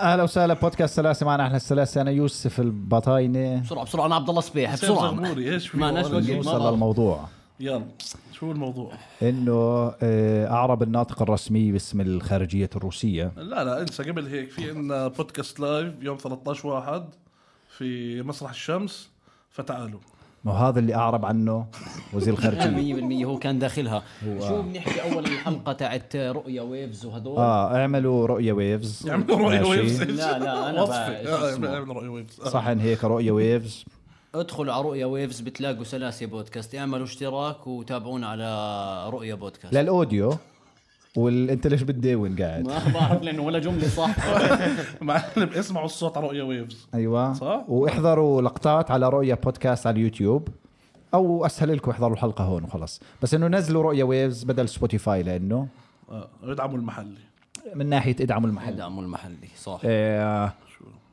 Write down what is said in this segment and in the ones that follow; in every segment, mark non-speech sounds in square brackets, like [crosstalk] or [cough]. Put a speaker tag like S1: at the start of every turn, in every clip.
S1: اهلا وسهلا بودكاست سلاسه معنا احنا السلاسه انا يوسف البطاينه
S2: بسرعه بسرعه انا عبد الله صبيح
S3: حسين
S2: بسرعه
S3: زغموري ايش في
S2: معناش
S3: والله؟
S2: وجه.
S1: نوصل
S2: مرة.
S1: للموضوع
S3: يلا شو الموضوع؟
S1: انه آه، اعرب الناطق الرسمي باسم الخارجيه الروسيه
S3: لا لا انسى قبل هيك في عندنا بودكاست لايف يوم 13 واحد في مسرح الشمس فتعالوا
S1: ما هو هذا اللي اعرب عنه وزير
S3: [laughs]
S1: الخارجيه
S2: 100% هو كان داخلها شو بنحكي اول الحلقه تاعت رؤيا ويفز وهدول
S1: اه اعملوا رؤية ويفز
S3: يعملوا رؤيا
S1: ماشي.
S3: ويفز
S2: لا، لا،
S3: [laughs]
S2: أنا بقى- شو
S3: وصفه
S2: اسمه؟
S3: آه، يعملوا رؤيا [laughs] ويفز آه.
S1: صحن هيك رؤية ويفز
S2: ادخلوا على رؤيا ويفز بتلاقوا سلاسه بودكاست اعملوا اشتراك وتابعونا على رؤيا بودكاست
S1: للاوديو وانت ليش بتداون قاعد
S2: ما بعرف لانه ولا جمله [laughs] صح
S3: معلم اسمعوا الصوت على رؤيا ويفز
S1: ايوه
S3: صح؟
S1: واحضروا لقطات على رؤية بودكاست على اليوتيوب او اسهل لكم احضروا الحلقة هون وخلص بس انه نزلوا رؤية ويفز بدل سبوتيفاي لانه
S3: آه. يدعموا المحلي
S1: من ناحية ادعموا المحل
S2: دعموا المحلي صح
S1: آه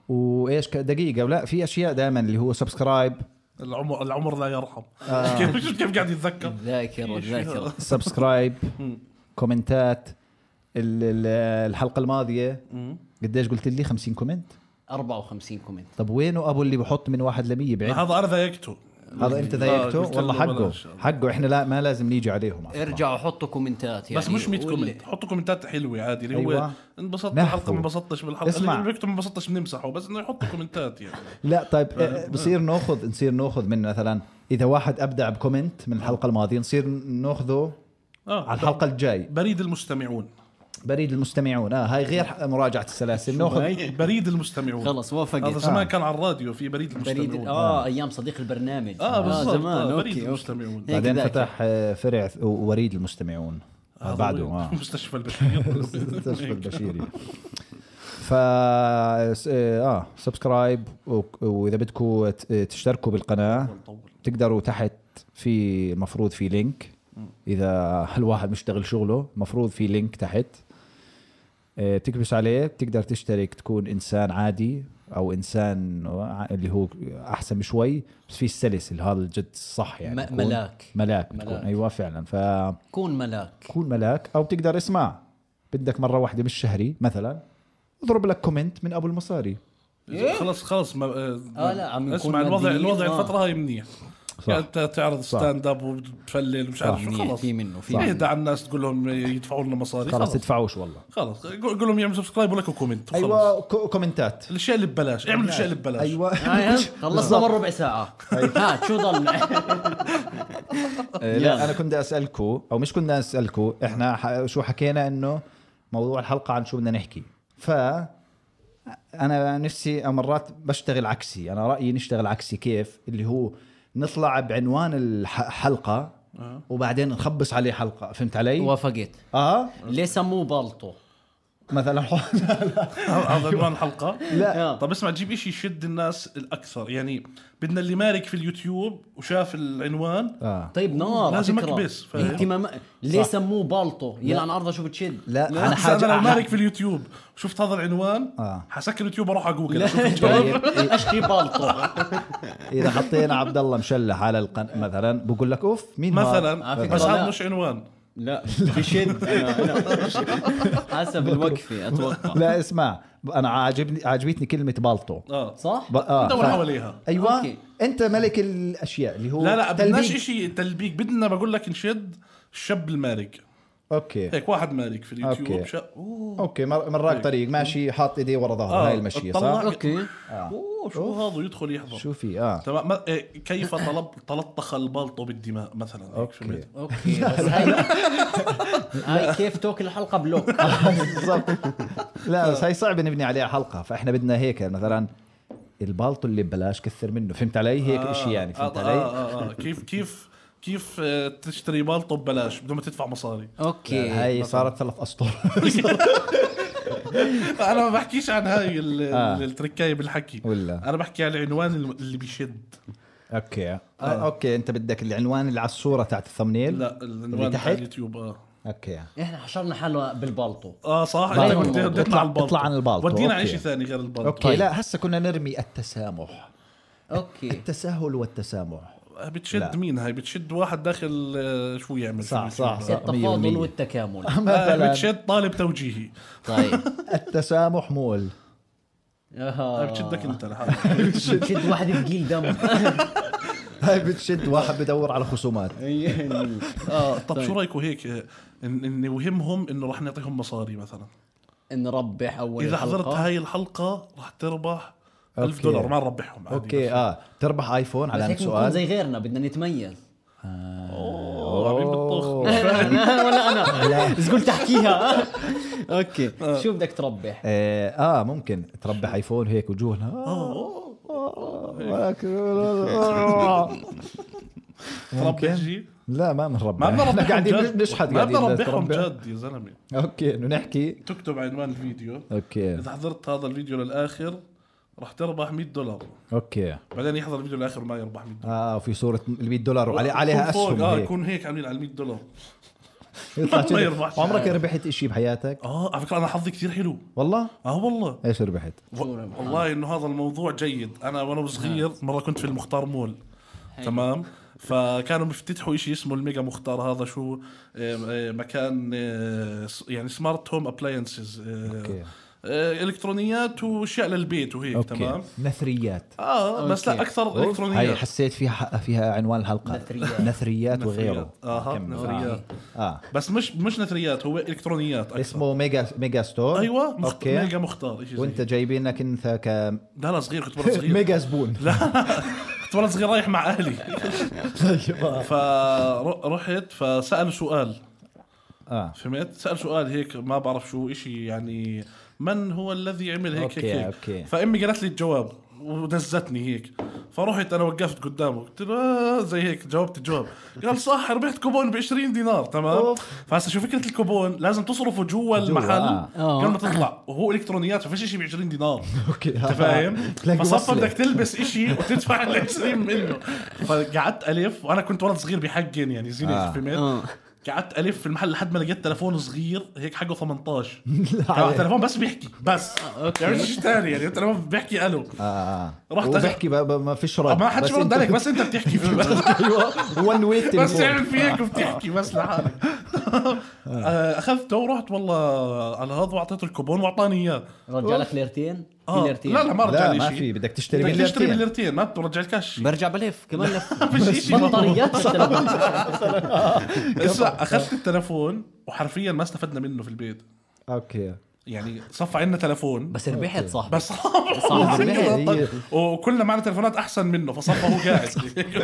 S1: وايش ك- دقيقة ولا في اشياء دائما اللي هو سبسكرايب
S3: العمر العمر لا يرحم
S2: آه.
S3: [laughs] كيف شوف كيف قاعد يتذكر
S2: ذاكرة ذاكرة
S1: سبسكرايب
S3: [laughs]
S1: كومنتات ال- ال- الحلقة الماضية قديش قلت لي 50 كومنت
S2: 54 كومنت
S1: طب وينه ابو اللي بحط من واحد لمية بعيد
S3: هذا انا ذايقته
S1: هذا انت ضايقته
S3: آه، قلت له
S1: والله حقه
S3: بلاش.
S1: حقه احنا لا ما لازم نيجي عليهم
S2: ارجعوا حطوا كومنتات يعني
S3: بس مش 100
S2: واللي-
S3: كومنت حطوا كومنتات حلوه عادي اللي هو
S1: أيوة.
S3: انبسطت
S1: نحفظ.
S3: بالحلقه ما انبسطتش بالحلقه
S1: اسمع.
S3: اللي بيكتب ما انبسطتش بنمسحه بس انه يحطوا كومنتات يعني
S1: لا طيب آه، بصير ناخذ نصير ناخذ من مثلا اذا واحد ابدع بكومنت من الحلقه الماضيه نصير ناخذه
S3: اه
S1: على الحلقه الجاي
S3: بريد
S2: [laughs]
S3: المستمعون
S1: بريد المستمعون اه هاي غير ح- مراجعه السلاسل ناخذ
S3: بريد المستمعون
S2: خلص
S3: هذا آه.
S2: وافقت
S3: زمان كان على الراديو في بريد
S2: بريد
S3: المستمعون
S2: اه ايام صديق البرنامج
S3: اه بالضبط
S2: زمان
S3: آه بريد
S2: اوكي اوكي
S3: المستمعون
S2: هيك
S1: بعدين
S2: ذاك.
S1: فتح آه، فرع ث- وريد المستمعون آه،
S3: هذا
S1: بعده
S3: وين؟
S1: اه
S3: [laughs]
S2: [laughs]
S3: مستشفى البشير
S1: مستشفى البشيري ف اه سبسكرايب و- واذا بدكم ت- تشتركوا بالقناه تقدروا تحت في المفروض في لينك اذا الواحد مشتغل شغله المفروض في لينك تحت آه، تكبس عليه بتقدر تشترك تكون انسان عادي او انسان ع- اللي هو احسن شوي بس في السلسل هذا الجد صح يعني
S2: م-
S1: بكون-
S2: ملاك.
S1: ملاك بتكون
S2: ملاك.
S1: ايوه فعلا ف
S2: كون ملاك
S1: كون ملاك او بتقدر اسمع بدك مره واحده بالشهري مثلا اضرب لك كومنت من ابو المصاري
S3: إيه. خلص خلص ما
S2: آه، لا، عم نكون
S3: اسمع الوضع
S2: ماديين،
S3: الوضع
S2: آه.
S3: الفتره هاي منيح يعني انت تعرض ستاند اب وبتفلل ومش عارف شو
S2: منيح،
S3: خلص
S2: في منه في منه
S3: اهدى على الناس تقول لهم يدفعوا لنا مصاري
S1: خلاص
S3: خلص
S1: تدفعوش والله
S3: خلص قول قول لهم يعملوا سبسكرايب ولك كومنت
S2: أيوة،
S3: وخلص
S1: ايوه كو- كومنتات
S3: الاشياء اللي ببلاش اعملوا الاشياء اللي ببلاش
S1: ايوه
S2: آه،
S1: [laughs]
S2: خلصنا من ربع ساعة
S1: طيب.
S2: هات شو ضل
S1: آه، لا انا كنت اسالكم او مش كنا اسالكم احنا ح- شو حكينا انه موضوع الحلقه عن شو بدنا نحكي ف انا نفسي مرات بشتغل عكسي انا رايي نشتغل عكسي كيف اللي هو نطلع بعنوان الحلقه وبعدين نخبص عليه حلقه فهمت علي
S2: وافقت
S1: اه
S2: ليه سموه بالطو؟
S1: مثلا
S3: هذا عنوان الحلقه
S1: لا
S3: طب اسمع جيب شيء يشد الناس الاكثر يعني بدنا اللي مارك في اليوتيوب وشاف العنوان
S1: اه
S2: طيب نار على
S3: لازم
S2: فكرة.
S3: أكبس، فاهم؟
S2: اهتمام ليه سموه بالطو؟ يلعن عرضه شو بتشد [laughs]
S1: لا انا
S3: انا حاجة انا لو
S1: حاجه [laughs]
S3: مارك في اليوتيوب شفت هذا العنوان
S1: آه.
S3: حسكر اليوتيوب اروح على جوجل أشوف
S1: طيب
S2: اشكي بالطو
S1: اذا حطينا عبد الله مشلح على القناه مثلا بقول لك اوف مين هذا؟
S3: مثلا
S2: على فكرة
S3: بس هذا
S2: لا.
S3: مش عنوان
S2: لا بشد أنا- أنا- حسب الوقفة اتوقع
S1: [laughs] لا اسمع انا عاجبني عاجبتني كلمه بالطو
S3: اه
S2: صح؟
S1: ب... آه.
S3: دور
S1: ف-
S3: حواليها.
S1: ايوه
S2: أوكي.
S1: انت ملك الاشياء اللي هو
S3: لا لا بدناش
S1: تلبيك.
S3: شيء تلبيك بدنا بقول لك نشد الشاب المارق
S1: اوكي
S3: هيك واحد مارق في اليوتيوب
S1: أوكي.
S3: شا... اوه
S1: اوكي مر... مراك طريق ماشي حاط ايديه ورا ظهره
S3: إيه. آه،
S1: هاي المشيه
S3: اطلع.
S1: صح
S2: اوكي
S1: آه.
S3: اوه شو هذا يدخل يحضر
S1: شو في اه
S3: تمام ما- إيه، كيف طلب تلطخ البلطو بالدماء مثلا هيك
S1: اوكي
S3: في الميدان.
S2: اوكي بس هاي هاي كيف توكل الحلقة بلوك
S1: [laughs] بالضبط لا بس هاي صعب نبني عليها حلقه فاحنا بدنا هيك مثلا البالطو اللي ببلاش كثر منه فهمت علي هيك
S3: آه،
S1: اشي يعني فهمت
S3: آه،
S1: علي
S3: آه، آه، آه. كيف كيف كيف آه، تشتري بالطو ببلاش بدون ما تدفع مصاري
S2: اوكي
S1: يعني هاي صارت ثلاث
S3: [laughs]
S1: اسطر
S3: انا ما بحكيش عن هاي ال-
S1: آه.
S3: التركايه بالحكي
S1: ولا.
S3: انا بحكي عن العنوان الم- اللي بيشد
S1: اوكي آه. اوكي انت بدك العنوان اللي على الصوره تاعت الثمنيل
S3: لا العنوان
S1: اللي
S3: تاع
S1: تحت
S3: اليوتيوب اه
S1: اوكي
S2: احنا حشرنا حالنا بالبالطو
S3: اه صح
S2: بعد
S3: انت
S2: الموضوع.
S3: كنت بدي
S1: اطلع-
S3: اطلع البلطو
S1: اطلع عن البلطو،
S3: ودينا على
S1: أوكي.
S3: شيء ثاني غير البلطو
S1: اوكي لا هسه كنا نرمي التسامح
S2: اوكي
S1: التساهل
S3: [laughs]
S1: والتسامح
S3: بتشد
S1: لا.
S3: مين هاي بتشد واحد داخل آه، شو آه، يعمل في
S1: صح،
S3: اليوتيوب؟
S1: صح، صح. مية
S2: التفاضل
S1: بالمية.
S2: والتكامل
S3: آه،
S1: مثلا
S3: بتشد طالب توجيهي
S2: طيب
S1: التسامح مول
S4: آه.
S3: هاي بتشدك انت لحالك
S4: شد واحد ثقيل دم
S1: [laughs] هاي بتشد واحد بدور على خصومات
S3: آه طب
S1: طيب.
S3: شو رايكم هيك آه، ان إن يوهمهم انه راح نعطيهم مصاري مثلا
S4: نربح اول
S3: اذا
S4: الحلقة.
S3: حضرت هاي الحلقه راح تربح 1000
S1: أوكي.
S3: دولار ما نربحهم عادي
S1: اوكي اه تربح ايفون
S4: بس
S1: على
S4: هيك بنكون
S1: سؤال
S4: زي غيرنا بدنا
S3: [laughs]
S4: نتميز
S3: أوه، عاملين بالطخ.
S4: أنا ولا انا بس قلت
S3: [laughs]
S4: احكيها اوكي شو بدك تربح
S1: آه, اه ممكن تربح ايفون هيك وجوهنا
S3: [laughs]
S1: آه.
S3: تربح شيء
S1: لا ما
S3: ما
S1: بنربح
S3: بدنا
S1: احنا
S3: نربحهم
S1: قاعدين
S3: جد.
S1: نشحت
S3: ما
S1: قاعدين
S3: بدنا
S1: بس
S3: نربحهم
S1: تربح.
S3: جد يا زلمه
S1: اوكي انه نحكي
S3: تكتب عنوان الفيديو
S1: اوكي
S3: اذا حضرت هذا الفيديو للاخر راح تربح 100 دولار
S1: اوكي
S3: بعدين يحضر الفيديو للاخر وما يربح 100 دولار
S1: اه في صورة ال 100 دولار وعلي عليها
S3: يكون فوق،
S1: اسهم
S3: اه
S1: هيك
S3: يكون هيك عاملين على 100 دولار [laughs]
S1: يطلع
S3: ما
S1: كذا.
S3: يربحش.
S1: عمرك ربحت شيء بحياتك؟
S3: اه على فكره انا حظي كثير حلو
S1: والله؟
S3: اه والله
S1: ايش ربحت؟
S3: و- والله انه هذا الموضوع جيد انا وانا صغير
S1: نعم.
S3: مره كنت في المختار مول تمام فكانوا بيفتتحوا شيء اسمه الميجا مختار هذا شو آه، آه، مكان آه، س- يعني سمارت هوم ابلاينسز
S1: أوكي.
S3: الكترونيات واشياء آه، للبيت وهيك إيه، تمام
S1: اوكي نثريات
S3: اه بس لا
S4: أوكي.
S3: اكثر
S1: هاي
S3: الكترونيات
S1: حسيت فيها ح- فيها عنوان الحلقة
S4: نثريات.
S1: نثريات وغيره
S3: نثريات. آها،
S1: كمل.
S3: نثريات.
S1: اه
S3: بس مش مش نثريات هو الكترونيات اكثر
S1: اسمه ميجا ميجا ستور
S3: ايوه مخت...
S1: اوكي
S3: ميجا مختار شيء
S1: وانت
S3: وانت
S1: جايبينك انت ك
S3: لا لا
S1: [laughs]
S3: صغير كنت مره صغير
S1: ميجا زبون
S3: كنت مره صغير رايح مع اهلي
S1: طيب.
S3: أيوة. فرحت فسالوا سؤال
S1: اه
S3: فهمت سال سؤال هيك ما بعرف شو إشي يعني من هو الذي عمل هيك
S1: أوكي،
S3: هيك هيك
S1: أوكي.
S3: فامي قالت لي الجواب ودزتني هيك فرحت انا وقفت قدامه قلت له آه زي هيك جاوبت الجواب قال [laughs] صح ربحت كوبون ب 20 دينار تمام
S1: أوف.
S3: فهسه شو فكره الكوبون لازم تصرفه جوا المحل
S4: آه.
S3: قبل ما تطلع وهو الكترونيات ففيش شيء ب 20 دينار
S1: [laughs] اوكي
S3: انت
S1: [laughs]
S3: فاهم؟
S1: تلاقي
S3: فصفى
S1: وصلة.
S3: بدك تلبس إشي وتدفع [laughs] ال 20 منه فقعدت الف وانا كنت ولد صغير بحقن يعني زين
S1: آه.
S3: فهمت؟
S4: آه.
S3: قعدت الف في المحل لحد ما لقيت تلفون صغير هيك حقه
S1: [laughs]
S3: 18
S1: عليك.
S3: كان تلفون بس بيحكي بس
S4: آه، أوكي.
S3: يعني شيء ثاني يعني تلفون بيحكي الو
S1: اه اه
S3: رحت
S1: رحت وبحكي ب- ب- ما فيش رد
S3: ما حدش
S1: بس
S3: برد
S1: أنت- [laughs]
S3: عليك بس انت بتحكي
S1: ايوه ون ويت
S3: بس يعني تعمل فيك وبتحكي بس لحالك [laughs] آه، اخذته ورحت والله على هذا واعطيته الكوبون واعطاني اياه
S4: رجع لك ليرتين في
S3: آه،
S4: ليرتين
S3: لا لا ما رجع
S1: لا
S3: لي
S1: ما
S3: شيء
S1: في بدك تشتري من
S3: بدك تشتري من
S1: ليرتين.
S3: ليرتين ما بترجع الكاش
S4: برجع بلف كمان
S3: [laughs]
S4: لف
S3: ما في شيء
S4: بطاريات مثلا
S3: [laughs] اسمع اخذت التلفون وحرفيا ما استفدنا منه في البيت
S1: اوكي
S3: يعني صفى عندنا تلفون
S4: بس ربحت صاحبي
S3: بس [laughs]
S4: صعب.
S3: وكلنا معنا تلفونات احسن منه فصفى هو
S1: [laughs]
S3: قاعد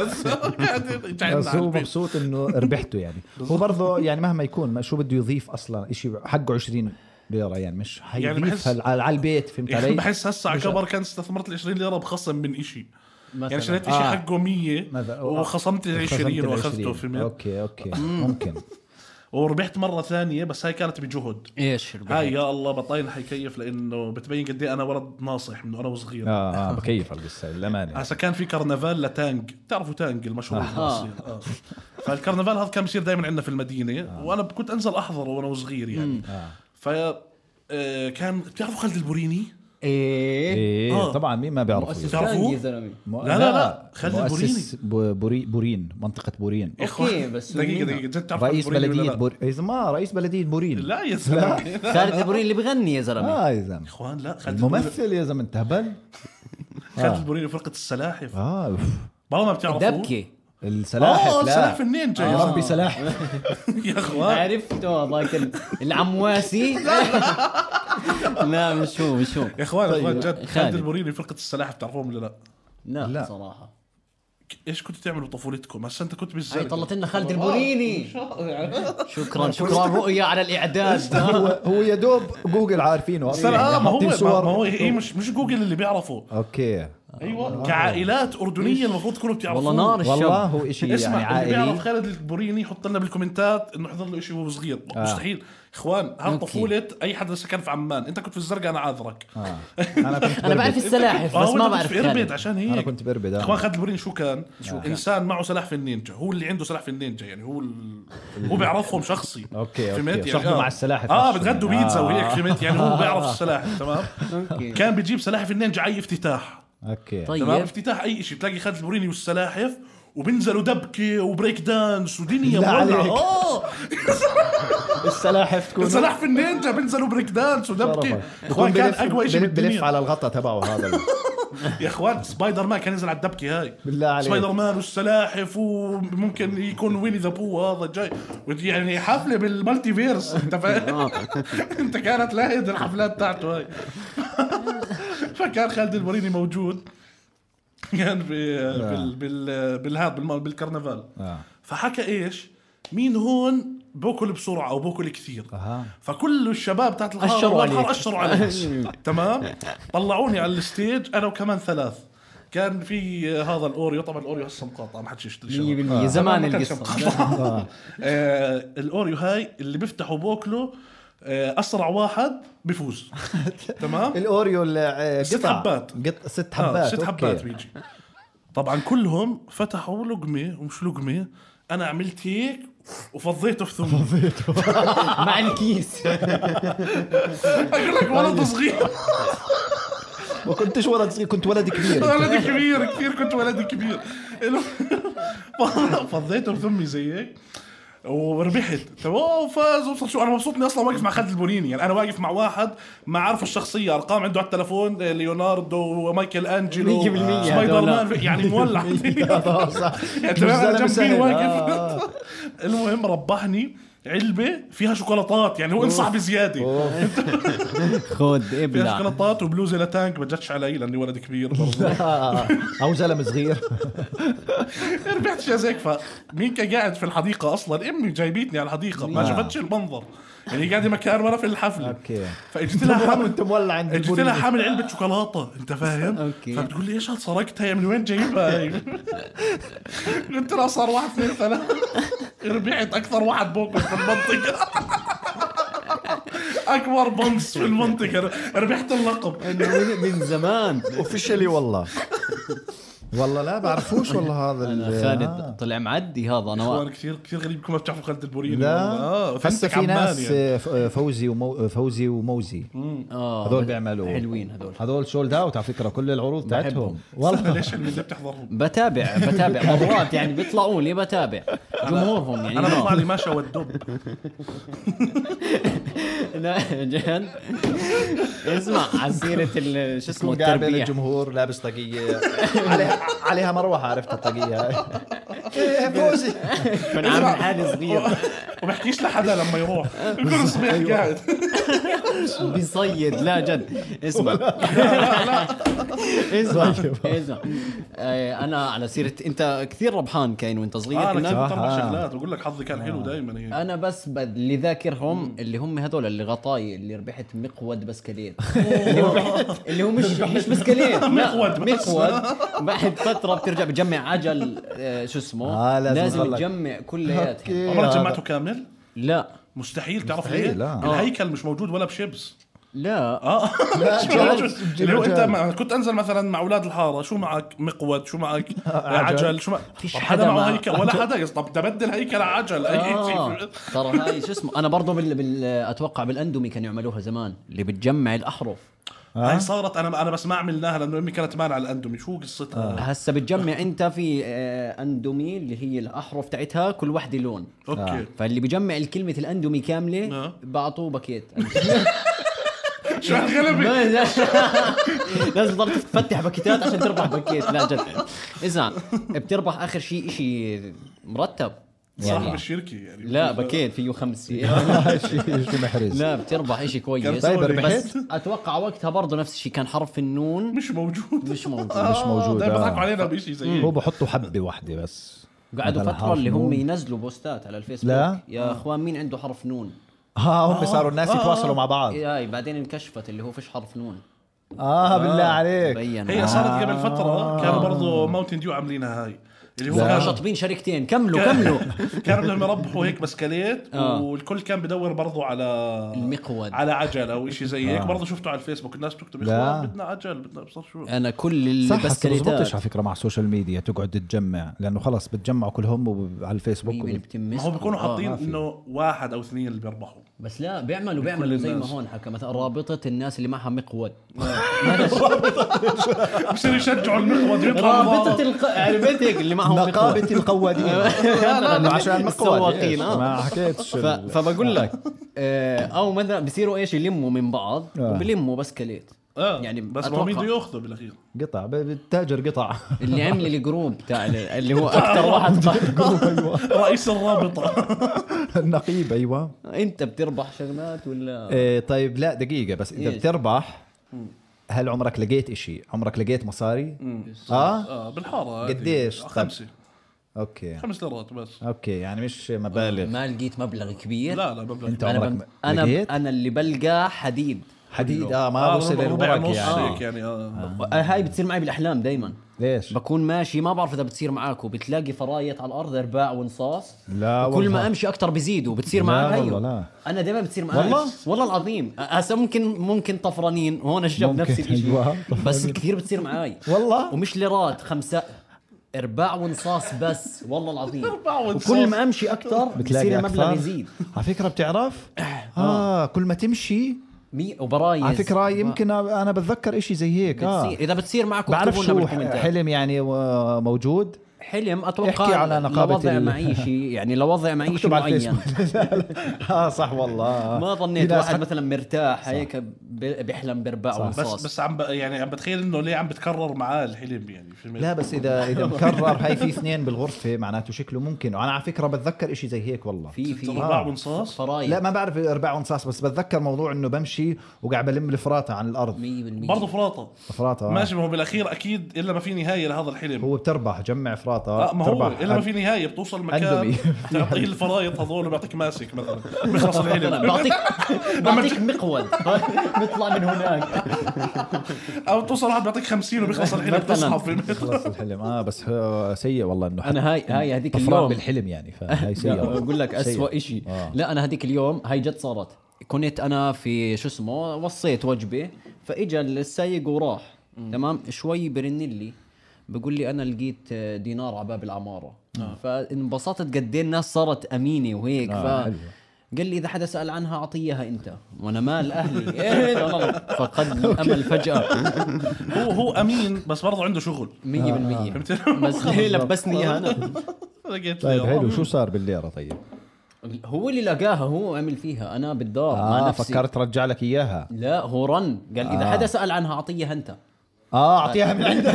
S3: بس هو [laughs] قاعد يجعلنا
S1: بس
S3: على
S1: هو
S3: البيت.
S1: مبسوط انه ربحته
S3: [laughs]
S1: يعني هو برضه يعني مهما يكون ما شو بده يضيف اصلا شيء حقه 20 ليره يعني مش
S3: بحس-
S1: حيضيف هال- على على البيت فهمت
S3: يعني
S1: علي؟
S3: بحس هسه على كبر كان استثمرت ال 20 ليره بخصم من إشي يعني شريت إشي
S1: آه.
S3: حقه 100
S1: مثلا.
S3: وخصمت ال 20 واخذته فهمت
S1: اوكي اوكي ممكن
S3: وربحت مره ثانيه بس هاي كانت بجهد
S4: ايش ربحت؟
S3: هاي يا الله بطين حيكيف لانه بتبين قد ايه انا ولد ناصح من انا وصغير
S1: اه اه بكيف على القصه
S4: يعني.
S1: للامانه
S3: هسا كان في كرنفال لتانج بتعرفوا تانج المشهور بالمصري. آه. فالكرنفال هذا كان بيصير دائما عندنا في المدينه آه. وانا كنت انزل احضره وانا صغير يعني آه. ف آه، كان بتعرفوا خالد البوريني؟
S4: ايه
S1: ايه
S3: آه.
S1: طبعا مين ما بيعرفه
S4: مؤسس
S1: يعني.
S3: تعرفوه؟
S4: تاني يا
S3: [laughs]
S4: زلمه
S1: مو-
S3: لا، لا، لا، خالد
S1: مؤسس بو- بوري بورين منطقه بورين
S4: اوكي بس
S3: دقيقه
S4: مين؟
S3: دقيقه جد تعرفوا
S1: رئيس
S3: خالد البوريني ولا
S1: بلديه
S3: لا؟
S1: بورين اذا ما رئيس بلديه بورين
S3: لا يا زلمه
S4: خالد البورين اللي بغني يا زلمه
S1: اه يا زلمه
S3: اخوان لا خالد الممثل آه.
S1: الممثل يا زلمه انت هبل
S3: خالد البوريني فرقه السلاحف
S1: اه أوف.
S3: والله
S4: آه.
S3: ما بتعرفوا
S4: دبكه
S1: السلاحف
S3: اه السلاحف
S1: لا
S3: النينجا يا
S1: ربي
S3: زلمة. [laughs]
S1: سلاحف
S3: يا
S4: آه.
S3: اخوان
S4: عرفته هذاك ال-
S1: [laughs]
S4: العمواسي لا مش هو مش هو
S3: يا اخوان يا اخوان جد خالد
S4: طيب. خالد.
S3: البوريني فرقه السلاحف بتعرفوهم ولا لا؟
S4: لا,
S1: لا.
S4: صراحه
S3: ايش كنتوا تعملوا بطفولتكم؟ هسا انت كنت بالزلمه
S4: هاي طلعت لنا خالد
S3: [laughs]
S4: البوريني شكرا شكرا رؤيا على الاعداد
S1: هو هو يا دوب جوجل عارفينه يعني
S3: بس لا، آه، ما هو
S1: حاطين
S3: ما
S1: صور.
S3: ما هو هي مش مش جوجل اللي بيعرفه
S1: اوكي
S3: ايوه كعائلات اردنيه المفروض تكونوا بتعرفوه
S4: والله نار
S1: والله
S4: الشاب
S1: هو شيء
S3: اسمع
S1: يعني
S3: يعني اللي بيعرف
S1: عائلي
S3: خالد البوريني يحط لنا بالكومنتات انه حضر له شيء وهو صغير آه. مستحيل اخوان هذا
S4: أوكي.
S3: طفوله اي حدا سكن في عمان انت كنت في الزرقاء انا عاذرك [laughs]
S1: آه. انا كنت
S4: انا بعرف
S1: بربد
S4: السلاحف
S3: آه،
S4: بس
S3: وأنت
S4: ما
S3: كنت
S4: بعرف
S3: في اربد
S4: خالد
S3: عشان
S1: انا
S3: هيك
S1: كنت بربد
S3: اخوان
S1: آه.
S3: خالد البوريني شو كان؟ شو انسان معه سلاح في النينجا هو اللي عنده سلاح في النينجا يعني هو ال... هو بيعرفهم شخصي
S1: أوكي، أوكي.
S3: فهمت؟
S1: شخصه مع السلاحف
S3: اه
S1: نفسهم.
S3: بتغدوا بيتزا وهيك فهمت يعني هو بيعرف السلاحف تمام [laughs]
S4: أوكي.
S3: كان بيجيب سلاحف النينجا على اي افتتاح
S1: اوكي
S4: طيب
S3: تمام افتتاح اي شيء بتلاقي خالد البوريني والسلاحف وبنزلوا دبكه وبريك دانس ودنيا
S1: لا
S3: مولعه
S1: عليك.
S3: اه
S1: [laughs] السلاحف تكون [laughs]
S3: سلاح في النينجا بنزلوا بريك دانس ودبكه
S1: شرفاً.
S3: يا
S1: بكون
S3: اخوان كان
S1: بلف-
S3: اقوى شيء
S1: بلف- بلف
S3: بالدنيا
S1: على الغطا تبعه
S3: [laughs]
S1: هذا
S3: يا اخوان سبايدر مان كان ينزل على الدبكه هاي
S1: بالله عليك.
S3: سبايدر مان والسلاحف وممكن يكون ويني ذا بو هذا جاي يعني حفله بالمالتي فيرس انت فاهم [laughs] انت كانت لاهيد الحفلات تاعته هاي [laughs] فكان خالد البريني موجود كان في بال بال بالهاد بالم- بالكرنفال
S1: آه.
S3: فحكى ايش مين هون بوكل بسرعه او بوكل كثير
S1: أها.
S3: فكل الشباب تاعت الحاره
S4: أشروا
S3: والحارة
S4: عليك.
S3: اشروا علي تمام طلعوني على الستيج انا وكمان ثلاث كان في هذا الاوريو طبعا الاوريو هسه مقاطع ما حدش يشتري شباب.
S2: 100% زمان القصه
S3: آه. [laughs] آه، الاوريو هاي اللي بيفتحوا بوكله آه، اسرع واحد بفوز تمام
S1: الاوريو ال- آه،
S3: ست
S1: قطع.
S3: حبات.
S1: قط... ست
S3: آه،
S1: حبات
S3: ست
S1: أوكي.
S3: حبات بيجي طبعا كلهم فتحوا لقمه ومش لقمه انا عملت هيك وفضيته في ثمي [laughs]
S2: مع الكيس
S3: اقول لك
S1: طيب.
S3: ولد صغير
S1: ما كنتش ولد صغير كنت ولد كبير
S3: [laughs] ولد كبير كثير كنت ولد كبير [laughs] الو- فضيته بفمي زي هيك وربحت طب اوه فاز وصل شو انا مبسوط اني اصلا واقف مع خالد البونيني يعني انا واقف مع واحد ما عارف الشخصيه ارقام عنده على التلفون آه، ليوناردو ومايكل انجلو
S2: 100%
S3: سبايدر
S2: هذولا.
S1: [laughs]
S3: مان يعني مولع
S1: آه، صح.
S3: [laughs] يعني
S1: مش
S3: تمام
S1: زلمة
S3: انا جنبي
S1: سهل.
S3: واقف
S1: آه.
S3: [laughs] المهم ربحني علبه فيها شوكولاتات يعني هو انصح بزياده
S2: خذ
S3: فيها
S2: ابلع
S3: شوكولاتات وبلوزه لتانك ما جتش علي لاني ولد كبير برضه
S1: آه، او زلمه
S3: [laughs]
S1: صغير
S3: ربحت شيء زيك فمين كان قاعد في الحديقه اصلا امي جايبيتني على الحديقه ما
S1: آه.
S3: شفتش المنظر يعني قاعده مكان ورا في الحفله
S1: أوكي.
S3: فاجت لها حامل
S1: وانت مولع عند
S3: اجت لها
S1: البوليس.
S3: حامل علبه شوكولاته انت فاهم
S2: أوكي.
S3: فبتقول لي ايش هالسرقتها هي من وين جايبها [laughs] هي قلت لها صار واحد اثنين ثلاثه ربحت اكثر واحد بوكس في [laughs] المنطقه اكبر بونس في المنطقه ربحت اللقب
S2: من من زمان
S1: اوفشلي
S3: [laughs]
S1: والله والله لا بعرفوش والله هذا ال-
S2: خالد
S1: آه.
S2: طلع معدي هذا انا
S3: اخوان
S2: واقف.
S3: كثير كثير غريب كل ما بتعرفوا خالد البوريني
S1: لا هسه في ناس
S3: يعني.
S1: آه، ف- آه، فوزي ومو فوزي وموزي
S2: آه،
S1: هذول بيعملوا
S2: حلوين هذول
S1: هذول سولد اوت على فكره كل العروض تاعتهم
S3: والله
S1: [laughs]
S2: [laughs]
S1: والله
S3: ليش اللي بتحضرهم
S2: بتابع بتابع مرات يعني بيطلعوا لي بتابع جمهورهم يعني
S3: انا
S2: نار.
S3: بطلع لي ماشا
S1: [laughs]
S3: والدب
S2: لا جد اسمع على سيرة ال- شو اسمه
S1: تكون قاعد بين
S2: التربية
S1: الجمهور لابس طاقيه عليها عليها مروحه عرفت [laughs] الطاقيه هاي إيه، فوزي
S2: من عامل حالي
S3: [laughs]
S2: صغير
S3: وبحكيش لحدا لما
S1: [laughs]
S3: يروح كل صبح
S1: أيوة.
S3: قاعد
S2: بيصيد لا جد
S1: [laughs]
S2: اسمع اسمع
S1: طيب.
S2: اسمع آه، انا على سيرة انت كثير ربحان كاين وانت
S3: آه،
S2: صغير
S3: انا كنت
S2: كنا
S1: آه.
S3: اربع شغلات بقول لك حظي كان حلو دائما هيك
S2: انا بس ب- اللي ذاكرهم اللي هم هذول اللي غطاي اللي ربحت مقود
S3: [laughs]
S2: بسكليت اللي هو مش مش بسكليت
S3: مقود
S2: مقود
S3: بس.
S2: مقود بعد فتره بترجع بتجمع عجل آه، شو اسمه
S1: آه، لازم
S2: لازم
S1: يضلك.
S2: تجمع كلياتها
S1: أوكي.
S3: عمرك جمعته كامل؟
S2: لا
S3: مستحيل تعرف
S1: أيوة. مستحيل،
S3: ليه؟
S1: لا.
S3: الهيكل مش موجود ولا بشيبس
S2: لا
S3: اه
S1: لا، [laughs]
S3: مش موجود.
S1: جد،
S3: اللي هو
S1: جد.
S3: انت مع- كنت انزل مثلا مع اولاد الحاره شو معك مقود شو معك
S1: [laughs] عجل.
S3: عجل شو معك
S2: فيش
S3: طب
S2: حدا
S3: حدا
S2: مع-
S3: معه هيكل ولا حدا يس- طب تبدل هيكل على عجل اي
S2: آه.
S3: شيء
S2: ترى هاي شو اسمه انا برضه بال... بال... اتوقع بالاندومي كانوا يعملوها زمان اللي بتجمع الاحرف
S1: آه.
S3: هاي صارت انا انا بس ما عملناها لانه امي كانت مانعه على الاندومي شو
S1: آه.
S3: قصتها؟
S2: هسه بتجمع انت في آه، اندومي اللي هي الاحرف تاعتها كل وحده لون
S1: آه.
S3: اوكي
S2: فاللي بيجمع الكلمة الاندومي كاملة
S3: آه.
S2: بعطوه باكيت [laughs]
S3: شو هالغلبه؟
S2: ما- لا- لازم تضل تفتح باكيتات عشان تربح باكيت لا جد اسمع بتربح اخر شيء شيء مرتب
S3: صاحب
S2: يعني
S3: الشركه يعني
S2: لا باكيت فيه خمس
S1: شيء شيء محرز
S2: لا بتربح شيء كويس
S1: طيب،
S2: بس
S1: ربحت؟
S2: اتوقع وقتها برضه نفس الشيء كان حرف النون
S3: مش موجود [laughs]
S2: مش موجود
S1: مش موجود،
S3: دايما
S1: آه.
S3: بيضحكوا علينا بشيء زي
S1: هو
S3: هيك.
S1: بحطوا حبه واحده بس
S2: قعدوا
S1: مثلا
S2: فترة
S1: حرف
S2: اللي هم
S1: نون.
S2: ينزلوا بوستات على الفيسبوك
S1: لا.
S2: يا اخوان مين عنده حرف نون؟
S1: ها هم صاروا الناس
S2: آه.
S1: يتواصلوا مع بعض
S2: هاي بعدين انكشفت اللي هو فيش حرف نون
S1: اه بالله
S2: آه.
S1: عليك
S2: بين
S3: هي صارت قبل فتره كانوا برضه ماونتن ديو عاملينها هاي اللي هو
S2: هم
S3: كان
S2: شاطبين شركتين كملوا [laughs] كملوا
S3: [laughs] كانوا بدهم يربحوا هيك بسكليت
S2: آه.
S3: والكل كان بدور برضه على
S2: المقود.
S3: على عجل او شيء زي هيك برضه شفته على الفيسبوك الناس بتكتب يا
S1: لا.
S3: اخوان بدنا عجل بدنا ابصر شو
S2: انا كل اللي
S1: صح بس بزبطش
S2: بسكليتات
S1: على فكره مع السوشيال ميديا تقعد تجمع لانه خلص بتجمعوا كلهم وب- على الفيسبوك
S2: مين
S1: وب-
S2: بتمس
S3: ما هو بيكونوا
S2: آه،
S3: حاطين
S1: ما في.
S3: انه واحد او اثنين اللي بيربحوا
S2: بس لا بيعملوا بيعملوا زي ما
S3: الناس.
S2: هون حكى مثلا رابطه الناس اللي معها مقود
S3: بصيروا يشجعوا المقود يطلع إيه، [laughs]
S2: رابطه الق... عرفت هيك اللي معهم
S1: [laughs] نقابه
S2: [laughs]
S1: القوادين [laughs]
S2: لا،
S1: عشان
S2: السواقين،
S1: القوادين
S2: آه.
S1: ما حكيتش
S2: ف...
S1: ال- [laughs]
S2: فبقول لك آه، او مثلا بصيروا ايش يلموا من بعض
S1: آه.
S2: بلموا بس كليت
S3: آه.
S2: يعني
S3: يعني بس
S2: أتوقع.
S3: ما بده ياخذه بالاخير
S1: قطع ب- بتاجر قطع [laughs]
S2: اللي عمل الجروب تاع ال- اللي هو اكثر واحد قهر. [laughs]
S1: ايوه
S3: [laughs] رئيس الرابطه
S1: النقيب ايوه
S2: انت بتربح شغلات ولا
S1: إيه طيب لا دقيقة بس إذا
S2: إيش؟
S1: بتربح هل عمرك لقيت إشي؟ عمرك لقيت مصاري؟ آه؟
S3: اه بالحاره هذه.
S1: قديش؟ طيب. طب.
S3: خمسه
S1: أوكي
S3: خمس ليرات بس
S1: أوكي يعني مش مبالغ
S2: ما لقيت مبلغ كبير
S3: لا لا مبلغ
S1: أنت
S2: انا
S1: عمرك
S2: بم...
S1: ما-
S2: انا
S1: لقيت؟
S2: انا اللي بلقاه حديد
S1: حديد آه ما
S3: آه،
S1: بوصل
S3: ربع- ربع
S1: الورق
S3: نص هيك
S1: يعني
S3: يعني آه.
S2: هاي بتصير معي بالاحلام دايما
S1: ليش؟
S2: بكون ماشي ما بعرف اذا بتصير معاكم بتلاقي فرايط على الارض ارباع ونصاص
S1: لا
S2: كل
S1: والله.
S2: ما امشي اكثر بزيدوا بتصير
S1: لا
S2: معي
S1: والله لا.
S2: انا دائما بتصير معي
S1: والله؟
S2: والله العظيم هسه ممكن ممكن طفرانين هون الشاب
S1: ممكن،
S2: نفس الشيء
S1: أيوة،
S2: بس كثير بتصير معي
S1: والله؟
S2: ومش ليرات خمسة ارباع ونصاص بس والله العظيم
S3: أرباع ونصاص.
S2: وكل ما امشي اكثر بصير المبلغ
S1: أكثر؟
S2: يزيد
S1: على فكرة
S2: [coughs]
S1: بتعرف؟ آه كل ما تمشي
S2: مي وبرايز
S1: على فكرة آه، يمكن أنا بتذكر إشي زي هيك آه
S2: بتصير. اذا بتصير معكم
S1: بعرف
S2: اكتبوا لنا
S1: شو
S2: بالكومنتات
S1: حلم يعني و- موجود
S2: حلم اتوقع
S1: احكي على نقابة
S2: لوضع
S1: ال-
S2: معيشي يعني لوضع
S1: [laughs]
S2: معيشي
S1: اكتب على
S2: معين
S1: [laughs] الفيسبوك اه صح والله
S2: ما
S1: في
S2: ظنيت
S1: ناس
S2: واحد مثلا مرتاح هيك ب- بيحلم برباع
S3: بس
S2: ونصاص
S3: بس عم ب... يعني عم بتخيل انه ليه عم بتكرر معاه الحلم يعني في
S1: لا بس اذا
S2: [laughs]
S1: اذا مكرر هاي في اثنين بالغرفه معناته شكله ممكن وانا على فكره بتذكر إشي زي هيك والله
S2: في في
S3: ارباع
S1: آه.
S3: ونصاص
S2: فرايد
S1: لا ما بعرف ارباع ونصاص بس بتذكر موضوع انه بمشي وقاعد بلم الفراطه عن الارض
S2: 100% [laughs]
S3: برضه فراطه
S1: فراطه آه.
S3: ماشي ما هو بالاخير اكيد الا ما في نهايه لهذا الحلم
S1: هو بتربح جمع فراطه
S3: اه ما هو
S1: بتربح
S3: الا ما في نهايه بتوصل مكان [laughs]
S1: أندومي.
S3: تعطيه الفرايط هذول وبيعطيك ماسك مثلا
S1: [laughs]
S3: بيخلص الحلم [laughs]
S2: بعطيك بعطيك مقود [laughs] بيطلع من هناك
S3: او بتوصل واحد بيعطيك 50
S1: [laughs]
S3: وبيخلص الحلم
S2: مثلاً.
S3: بتصحى في
S1: خلص الحلم اه بس هو سيء والله انه حد
S2: انا هاي هاي هذيك
S1: طفران
S2: اليوم
S1: بالحلم يعني فهي
S2: لا، [laughs]
S1: سيئه والله.
S2: بقول لك
S1: سيئة.
S2: اسوء شيء
S1: آه.
S2: لا انا هذيك اليوم هاي جد صارت كنت انا في شو اسمه وصيت وجبه فاجا السايق وراح تمام شوي برن لي بقول لي انا لقيت دينار على باب العماره فانبسطت قد ايه الناس صارت امينه وهيك
S1: آه،
S2: ف
S1: حلوة.
S2: قال لي اذا حدا سال عنها اعطيها انت وانا مال اهلي [laughs] إيه، لا، لا، لا. فقد الامل فجاه
S1: آه،
S3: هو هو امين بس برضه عنده شغل
S2: 100%
S3: [laughs]
S2: بس [laughs] ليه لبسني [laughs] اياها انا
S3: لقيت
S1: طيب
S3: لي
S1: حلو شو صار بالليره طيب؟
S2: هو اللي لقاها هو عمل فيها انا بالدار مع
S1: اه
S2: نفسي
S1: فكرت رجع لك اياها
S2: لا هو رن قال اذا
S1: آه.
S2: حدا سال عنها اعطيها انت آه،
S1: اه اعطيها من [laughs] عندك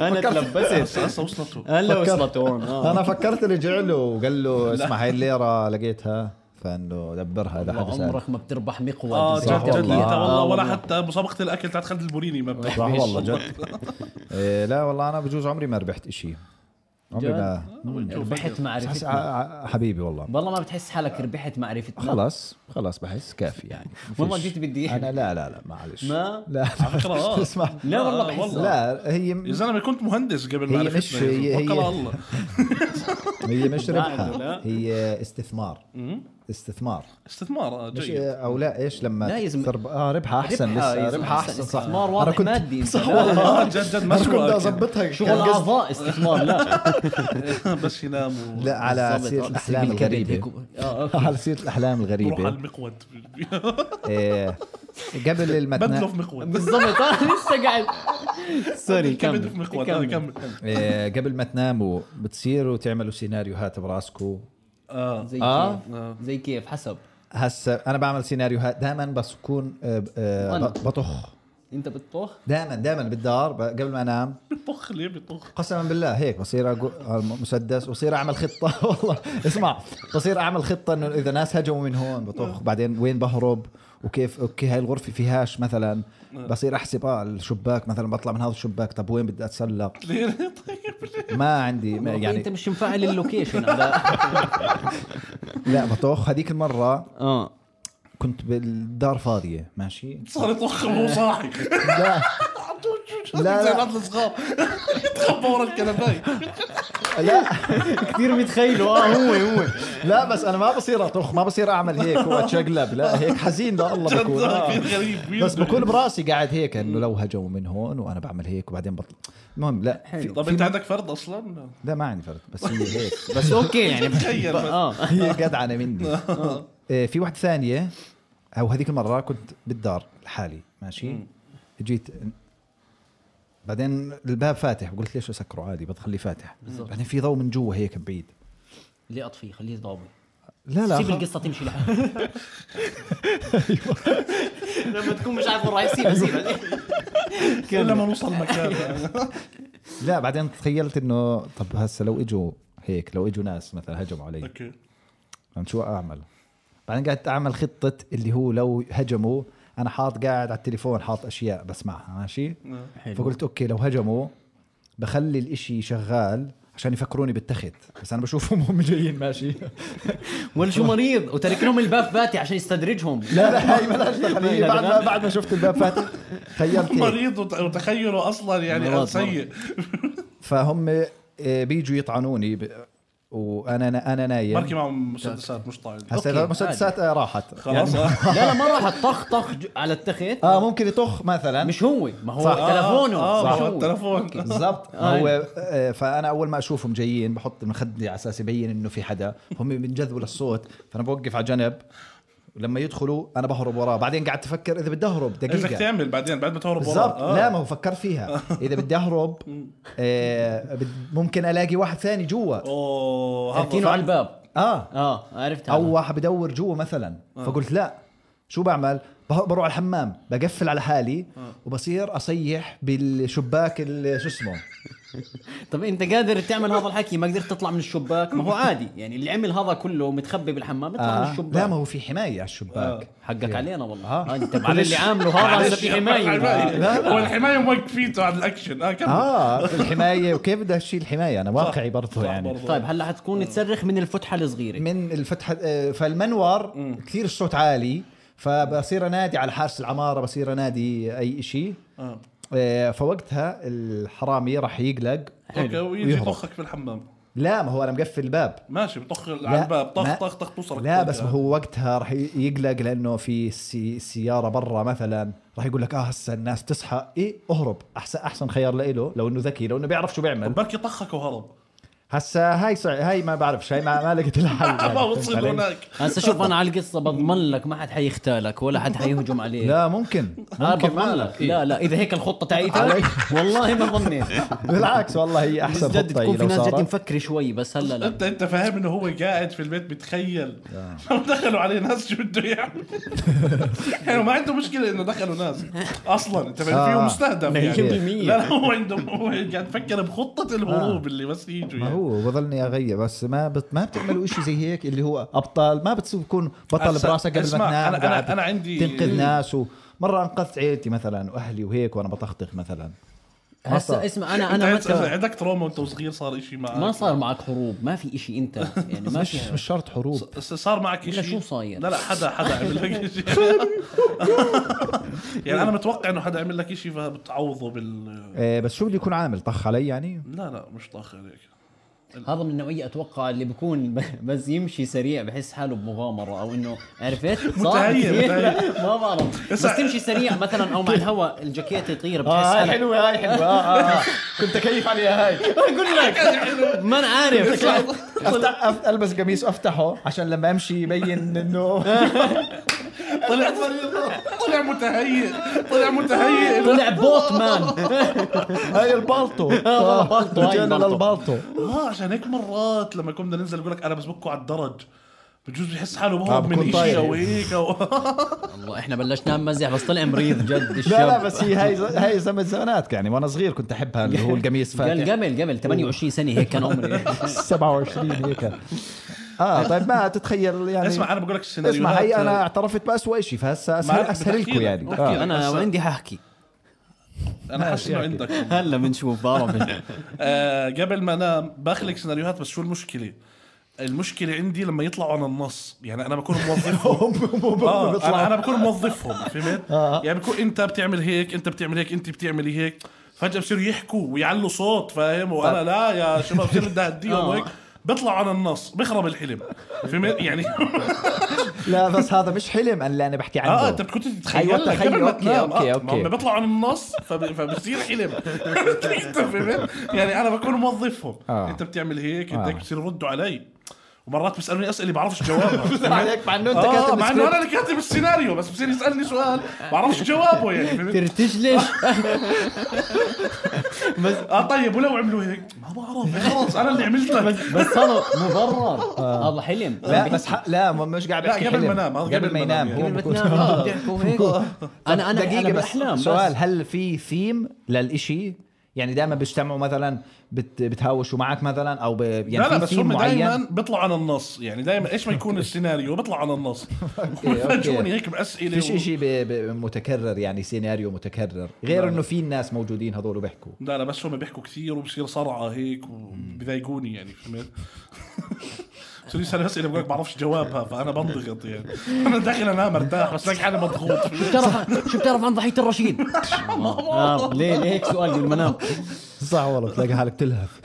S2: انا تلبست
S3: هسه وصلته
S2: هلا
S1: فكرت.
S2: "أمم، وصلت هون آه.
S1: انا فكرت رجع له وقال له اسمع هاي الليره لقيتها فانه دبرها اذا حد
S2: والله
S1: سال
S2: عمرك ما بتربح آه. مقود
S3: اه
S2: إذا
S1: آه، صح
S3: جد جد
S1: والله.
S3: انت
S2: تربيتها.
S3: والله ولا
S2: والله.
S3: حتى مسابقه الاكل تاعت خالد البوريني ما بتعرف.
S1: صح [laughs] والله جد [laughs] إيه لا والله انا بجوز عمري ما ربحت إشي عمري
S2: جد؟
S1: ما
S2: ربحت
S1: بحس ع-
S2: معرفتنا
S1: ع- حبيبي والله
S2: والله ما بتحس حالك ربحت معرفتنا
S1: خلاص خلاص بحس كافي
S2: [laughs]
S1: يعني مفيش.
S2: والله جيت بدي أحلف.
S1: انا لا لا لا معلش
S2: ما؟
S1: لا [laughs]
S3: على فكرة، آه.
S1: اسمع
S2: لا والله
S3: آه،
S2: بحس لا
S1: لا هي
S3: يا
S1: م-
S3: زلمه كنت مهندس قبل ما
S1: هي
S3: عرفتنا
S1: مش-
S3: يا زلمة.
S1: هي-
S3: توكل
S1: هي-
S3: على الله
S1: هي مش ربحة
S2: لا.
S1: هي استثمار استثمار
S3: استثمار آه،
S1: مش
S3: جيد
S1: او لا ايش لما
S2: لا يا زلمة.
S1: ترب... اه ربحة احسن
S2: ربحها يا
S1: لسه
S2: زلمة،
S1: ربحة
S2: أحسن.
S1: احسن صح
S2: استثمار
S1: أنا
S2: واضح
S1: كنت-
S2: مادي أنت.
S1: صح
S2: لا،
S1: والله
S3: آه، جد جد
S1: انا كنت
S3: مسروقة
S1: اظبطها
S2: شغل
S1: كان قصدي-
S2: اعضاء استثمار لا
S3: [laughs] بس ينام و-
S1: لا [laughs] على
S2: بالضبط.
S1: سيرة
S2: آه،
S1: الأحلام
S2: بالكبد هيك
S1: الغريبة
S2: و- آه، أوكي.
S1: [laughs] على سيرة الأحلام
S3: بروح
S1: [laughs]
S3: على
S1: الغريبة
S3: المقود
S1: إيه، قبل
S3: بدله
S1: المتنة
S3: في مقود
S2: بالضبط آه، لسه قاعد سوري
S3: كبد في
S2: كمل
S3: مقود آه، كمل
S1: إيه، قبل ما تناموا بتصيروا تعملوا سيناريوهات براسكم
S3: اه
S2: زي
S1: آه.
S2: كيف زي كيف حسب
S1: هسه انا بعمل سيناريوهات دائما بس بكون آه، آه،
S2: وأنا.
S1: بطخ
S2: انت بتطبخ
S1: دائما دائما بالدار ب- قبل ما انام
S3: بيطخ ليه بيطخ
S1: قسما بالله هيك بصير اقول مسدس وصير اعمل خطه [laughs] والله اسمع بصير اعمل خطه انه اذا ناس هجموا من هون بطخ بعدين وين بهرب وكيف اوكي هاي الغرفه فيهاش مثلا بصير احسب اه الشباك مثلا بطلع من هذا الشباك طب وين بدي اتسلق
S3: ليه طيب
S1: ما عندي
S2: [laughs]
S1: ما
S2: يعني
S1: يعني
S2: انت مش مفعل اللوكيشن على
S1: لا بطخ هذيك المره
S2: اه
S1: كنت بالدار فاضيه ماشي
S3: صار يطخ وهو صاحي [laughs]
S1: لا لا.
S3: زي العيال الصغار [laughs] يتخبى ورا الكنبايه
S1: لا آه،
S2: كثير متخيله اه هو هو
S1: لا بس انا ما بصير اطخ ما بصير اعمل هيك واتشقلب لا هيك حزين لا الله
S3: جد
S1: بكون آه.
S3: كثير غريب
S1: بس بكون براسي قاعد هيك انه لو هجموا من هون وانا بعمل هيك وبعدين بطلع المهم لا في
S3: طب انت طيب، عندك فرد اصلا؟
S1: لا ما عندي فرد بس هي هيك
S2: [laughs] بس اوكي يعني [laughs]
S3: تخيل بس.
S2: اه
S1: [laughs] هي جدعنه
S2: [laughs]
S1: مني إيه، في واحده ثانيه او هذيك المره كنت بالدار لحالي ماشي جيت بعدين الباب فاتح قلت ليش اسكره عادي بتخليه فاتح
S2: بالضبط.
S1: بعدين في ضوء من جوا هيك بعيد
S2: ليه اطفيه خليه ضابي
S1: لا لا
S2: سيب
S1: خ-
S2: القصه تمشي [laughs] لحالها لما تكون مش عارف وين راح يصير [laughs] سيبها
S3: الا ما نوصل مكان
S1: لا بعدين تخيلت انه طب هسه لو اجوا هيك لو اجوا ناس مثلا هجموا علي
S3: اوكي
S1: فهمت شو اعمل بعدين قعدت اعمل خطه اللي هو لو هجموا انا حاط قاعد على التليفون حاط اشياء بسمعها ماشي فقلت اوكي لو هجموا بخلي الاشي شغال عشان يفكروني بالتخت بس انا بشوفهم هم جايين ماشي
S2: ولا شو مريض وترك لهم الباب فاتح عشان يستدرجهم
S1: [laughs] لا لا هاي مالهاش دخل بعد ما بعد ما شفت الباب فاتح تخيلت هيك.
S3: مريض وت- وتخيله اصلا
S2: مرض، مرض.
S3: يعني سيء
S1: فهم آه، بيجوا يطعنوني ب... وانا انا
S3: بركي
S1: نايم
S3: معهم مسدسات مش طايل
S1: هسه
S2: أوكي،
S1: المسدسات آه، راحت [laughs]
S3: خلاص
S1: يعني
S3: آه.
S2: لا لا ما راح طخ طخ ج- على التخت
S1: اه ممكن يطخ مثلا
S2: مش هو ما هو
S1: صح.
S2: صح. تلفونه
S3: آه،
S2: صح.
S3: ما هو
S2: مش
S3: التلفون.
S2: أوكي.
S1: بالضبط
S2: آه.
S1: هو آه، فانا اول ما اشوفهم جايين بحط مخدي على اساس يبين انه في حدا هم بينجذبوا للصوت فانا بوقف على جنب لما يدخلوا انا بهرب وراه بعدين قعدت افكر اذا بدي اهرب
S3: بدك
S1: دقيقه
S3: تعمل بعدين بعد ما تهرب وراه.
S1: بالضبط
S3: آه.
S1: لا ما هو فكر
S3: [laughs]
S1: فيها اذا بدي اهرب آه، بد- ممكن الاقي واحد ثاني جوا إيه.
S3: اوه هذا
S2: تركينه على الباب
S1: اه
S2: اه عرفت
S1: او واحد بدور جوا مثلا
S3: آه.
S1: فقلت لا شو بعمل بح- بروح على الحمام بقفل على حالي
S3: آه.
S1: وبصير اصيح بالشباك ال- شو اسمه
S2: طب انت قادر تعمل هذا الحكي ما قدرت تطلع من الشباك ما هو عادي يعني اللي عمل هذا كله متخبي بالحمام يطلع من
S1: آه. لا ما
S2: الشباك آه.
S1: هو في حمايه على الشباك
S2: حقك علينا والله
S1: آه.
S2: آه. انت على اللي عامله هذا هسه في
S3: [laughs]
S2: حمايه
S1: لا، لا.
S3: هو الحمايه موقفيته على الاكشن اه كمل
S1: اه الحمايه وكيف بدي اشيل الحمايه انا واقعي برضه
S3: صح
S1: يعني
S3: برضه.
S2: طيب هلا حتكون تصرخ من الفتحه الصغيره
S1: من الفتحه آه، فالمنور كثير الصوت عالي فبصير انادي على حارس العماره بصير انادي اي شيء
S3: آه.
S1: فوقتها الحرامي راح يقلق
S3: اوكي ويجي
S1: ويهرب.
S3: يطخك بالحمام
S1: لا ما هو انا مقفل الباب
S3: ماشي بطخ على
S1: لا،
S3: الباب طخ
S1: ما-
S3: طخ طخ توصلك
S1: لا بس هو وقتها راح ي- يقلق لانه في السي- السياره برا مثلا راح يقول لك اه هسه الناس تصحى ايه اهرب احسن احسن خيار لإله لو انه ذكي لو انه بيعرف شو بيعمل
S3: بركي طخك وهرب
S1: هسه هاي سع... هاي ما بعرفش هاي ما, ما لقيت
S3: [laughs]
S1: الحل يعني.
S3: ما
S1: فهمت
S3: وصل
S1: علي؟
S3: هناك
S2: هسه شوف انا على القصه بضمن لك ما حد حيختالك ولا حد حيهجم عليك
S1: لا ممكن [laughs]
S2: آه
S1: ممكن
S2: بضمن لك لا لا اذا هيك الخطه
S1: علي.
S2: تاعيتك والله ما
S1: [laughs]
S2: ظنيت
S1: بالعكس والله [laughs] هي احسن
S2: جد
S1: خطه هي
S2: تكون في
S1: لو
S2: ناس جد
S1: صارت أه،
S2: مفكر شوي بس هلا لا
S3: انت انت فاهم انه هو قاعد في البيت بيتخيل لو [laughs] دخلوا عليه ناس شو بده
S1: [laughs]
S3: يعمل يعني ما عنده مشكله انه دخلوا ناس اصلا انت فاهم فيه
S1: آه.
S3: مستهدف يعني
S2: 100%.
S3: لا لا هو عنده هو قاعد يفكر بخطه الهروب اللي بس يجوا
S1: آه. ما
S3: يعني.
S1: هو بضلني اغير بس ما بت... ما بتعملوا إشي زي هيك اللي هو ابطال ما بتصير تكون بطل
S3: هسا-
S1: براسك قبل ما
S3: اسمع،
S1: تنام
S3: أنا- أنا-
S1: وقاعد
S3: أنا عندي-
S1: تنقذ ناس ومره انقذت عيلتي مثلا واهلي وهيك وانا بطخطخ مثلا
S2: هسه اسمع انا
S3: انت
S2: انا
S3: عندك-
S2: متى
S3: عندك تروما وانت صغير صار شيء معك
S2: ما صار معك حروب ما في إشي انت يعني ما
S1: مش
S2: في
S1: مش شرط حروب
S3: بس صار معك
S2: لا،
S3: شيء
S2: شو صاير؟
S3: لا لا حدا حدا
S2: [laughs]
S3: عمل لك شيء [laughs] يعني انا متوقع انه حدا عمل لك شيء فبتعوضه بال
S1: آه، بس شو بده يكون عامل طخ علي يعني
S3: لا لا مش طاخ عليك
S2: هذا من النوعيه اتوقع اللي بكون ب- بس يمشي سريع بحس حاله بمغامره او انه عرفت صح [laughs]
S3: متهيأ، متهيأ.
S2: ما بعرف بس
S3: اسمع.
S2: تمشي سريع مثلا او مع الهواء الجاكيت يطير بتحس
S1: آه، هاي
S2: حالك
S1: حلوه هاي حلوه آه، [laughs] آه، آه. كنت كيف عليها هاي
S2: اقول لك [laughs] ما انا عارف
S1: أفتح- أف- البس قميص وافتحه عشان لما امشي يبين انه
S3: طلع طلع متهيئ طلع متهيئ إنه-
S2: طلع بوت مان
S1: هاي
S3: [laughs]
S1: البالطو
S2: آه، البالطو، هاي
S1: رجعنا
S2: البالطو.
S1: للبالطو
S3: اه عشان هيك مرات لما كنا ننزل يقول لك انا بسبكوا على الدرج بجوز بحس حاله
S1: آه،
S3: بهرب
S1: بكون
S3: من شيء
S1: طاير.
S3: او هيك او
S1: [laughs]
S2: والله احنا بلشنا نمزح بس طلع مريض جد الشاب
S1: لا لا بس هي هاي هاي زمن زمانات يعني وانا صغير كنت احبها اللي هو
S3: [laughs]
S1: القميص
S2: قال
S1: فاتح
S2: قبل قبل 28 سنه هيك كان
S1: [laughs]
S2: عمري
S1: 27 هيك
S3: [laughs]
S1: اه طيب ما تتخيل يعني
S3: اسمع انا بقول لك السيناريوهات آه،
S1: اسمع هي انا اعترفت باسوء شيء فهسه اسهل
S3: ما-
S1: اسهل
S3: بتحكي
S1: لكم
S3: لك،
S1: يعني
S3: بحكي
S1: آه.
S3: لك.
S2: انا
S3: بس-
S2: عندي ححكي
S3: انا حاسس انه
S1: ماشي،
S3: عندك
S2: هلا بنشوف بعرف
S3: آه قبل ما انام باخلق سيناريوهات بس شو المشكله؟ المشكله عندي لما يطلعوا عن النص يعني انا بكون موظفهم آه أنا- انا بكون موظفهم فهمت؟
S1: آه.
S3: يعني بكون انت بتعمل هيك انت بتعمل هيك انت بتعملي هيك فجاه بصيروا يحكوا ويعلوا صوت فاهم وانا
S1: طيب.
S3: لا يا شباب بصير بدي اهديهم
S2: آه.
S3: وهيك بيطلعوا عن النص بخرب الحلم فهمت يعني [laughs]
S1: لا بس هذا مش حلم أنا اللي انا بحكي عنه
S3: اه انت كنت تتخيل
S1: أيوة، تخيل.
S3: قبل ما
S1: أوكي،
S3: تنام
S1: أوكي،
S3: آه،
S1: أوكي.
S3: ما هم بيطلعوا عن النص فب- فبصير حلم [laughs] أنت فهمت؟ يعني انا بكون موظفهم
S1: آه.
S3: انت بتعمل هيك انت
S1: آه.
S3: هيك بصير يردوا علي ومرات بيسالوني اسئله بعرفش
S1: [laughs]
S3: جوابها
S2: عليك مع انه انت
S3: آه
S2: كاتب
S3: مع انه انا
S2: سكريبت.
S3: اللي كاتب السيناريو بس بصير يسالني سؤال بعرفش
S1: [laughs]
S3: جوابه يعني فهمت؟
S2: ترتج ليش
S3: اه طيب ولو عملوا هيك ما بعرف خلص انا اللي عملتك
S2: بس هذا مبرر هذا حلم
S1: آه. لا بس ح... لا ما- مش قاعد
S3: لا،
S1: بحكي
S3: قبل
S1: حلم.
S3: ما انام، هذا
S1: قبل ما ينام هو
S2: قبل ما
S1: بكون-
S2: تنام آه، بتحكوا هيك انا انا
S1: دقيقة
S2: دقيقه
S1: بس
S2: بالاحلام بس
S1: سؤال هل في ثيم للإشي؟ يعني دائما بيجتمعوا مثلا بت بتهاوشوا معك مثلا او ب... يعني
S3: لا
S1: في
S3: لا بس
S1: theme
S3: هم
S1: معين
S3: دائما بيطلعوا عن النص يعني دائما ايش ما
S1: [laughs]
S3: يكون السيناريو بيطلعوا عن النص [laughs] فاجئوني هيك باسئله
S1: فيش
S3: و-
S1: إشي ب... ب... متكرر يعني سيناريو متكرر غير انه في ناس موجودين هذول بيحكوا
S3: لا لا بس هم بيحكوا كثير وبصير صرعه هيك وبيضايقوني يعني فهمت؟ [laughs] بصير يسأل اسئله بقول لك بعرفش جوابها فانا بنضغط يعني [laughs] انا داخل انام مرتاح بس لك حالي مضغوط
S2: شو بتعرف شو بتعرف عن ضحيه
S1: [laughs]
S2: الرشيد؟ آه، ليه ليه هيك سؤال بالمنام
S1: صح والله بتلاقي حالك
S3: [laughs]
S1: تلهف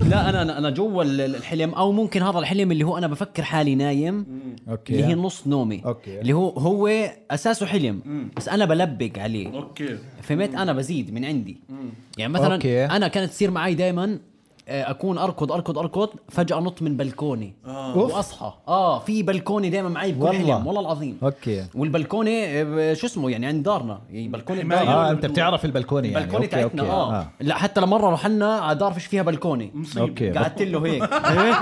S2: لا انا انا انا جوا ال- الحلم او ممكن هذا الحلم اللي هو انا بفكر حالي نايم
S1: اوكي
S2: اللي هي نص نومي
S1: أوكي.
S2: اللي هو هو اساسه حلم بس انا بلبق عليه
S3: اوكي
S2: فهمت انا بزيد من عندي يعني مثلا
S1: أوكي.
S2: انا كانت تصير معي آه، دائما اكون اركض اركض اركض فجاه نط من بلكوني
S1: أوف.
S2: واصحى اه في بلكوني دائما معي بكل
S1: والله.
S2: حلم والله العظيم
S1: اوكي
S2: والبلكونه آه، شو اسمه يعني عند دارنا يعني بلكونه
S3: حماية.
S2: دارنا.
S1: اه انت بتعرف البلكونه يعني
S2: البلكونه
S1: أوكي،
S2: تاعتنا
S1: أوكي.
S3: آه.
S2: اه لا حتى لمره رحنا على دار فيش فيها بلكونه
S3: طيب،
S1: اوكي [laughs]
S2: قعدت له [laughs] هيك إيه؟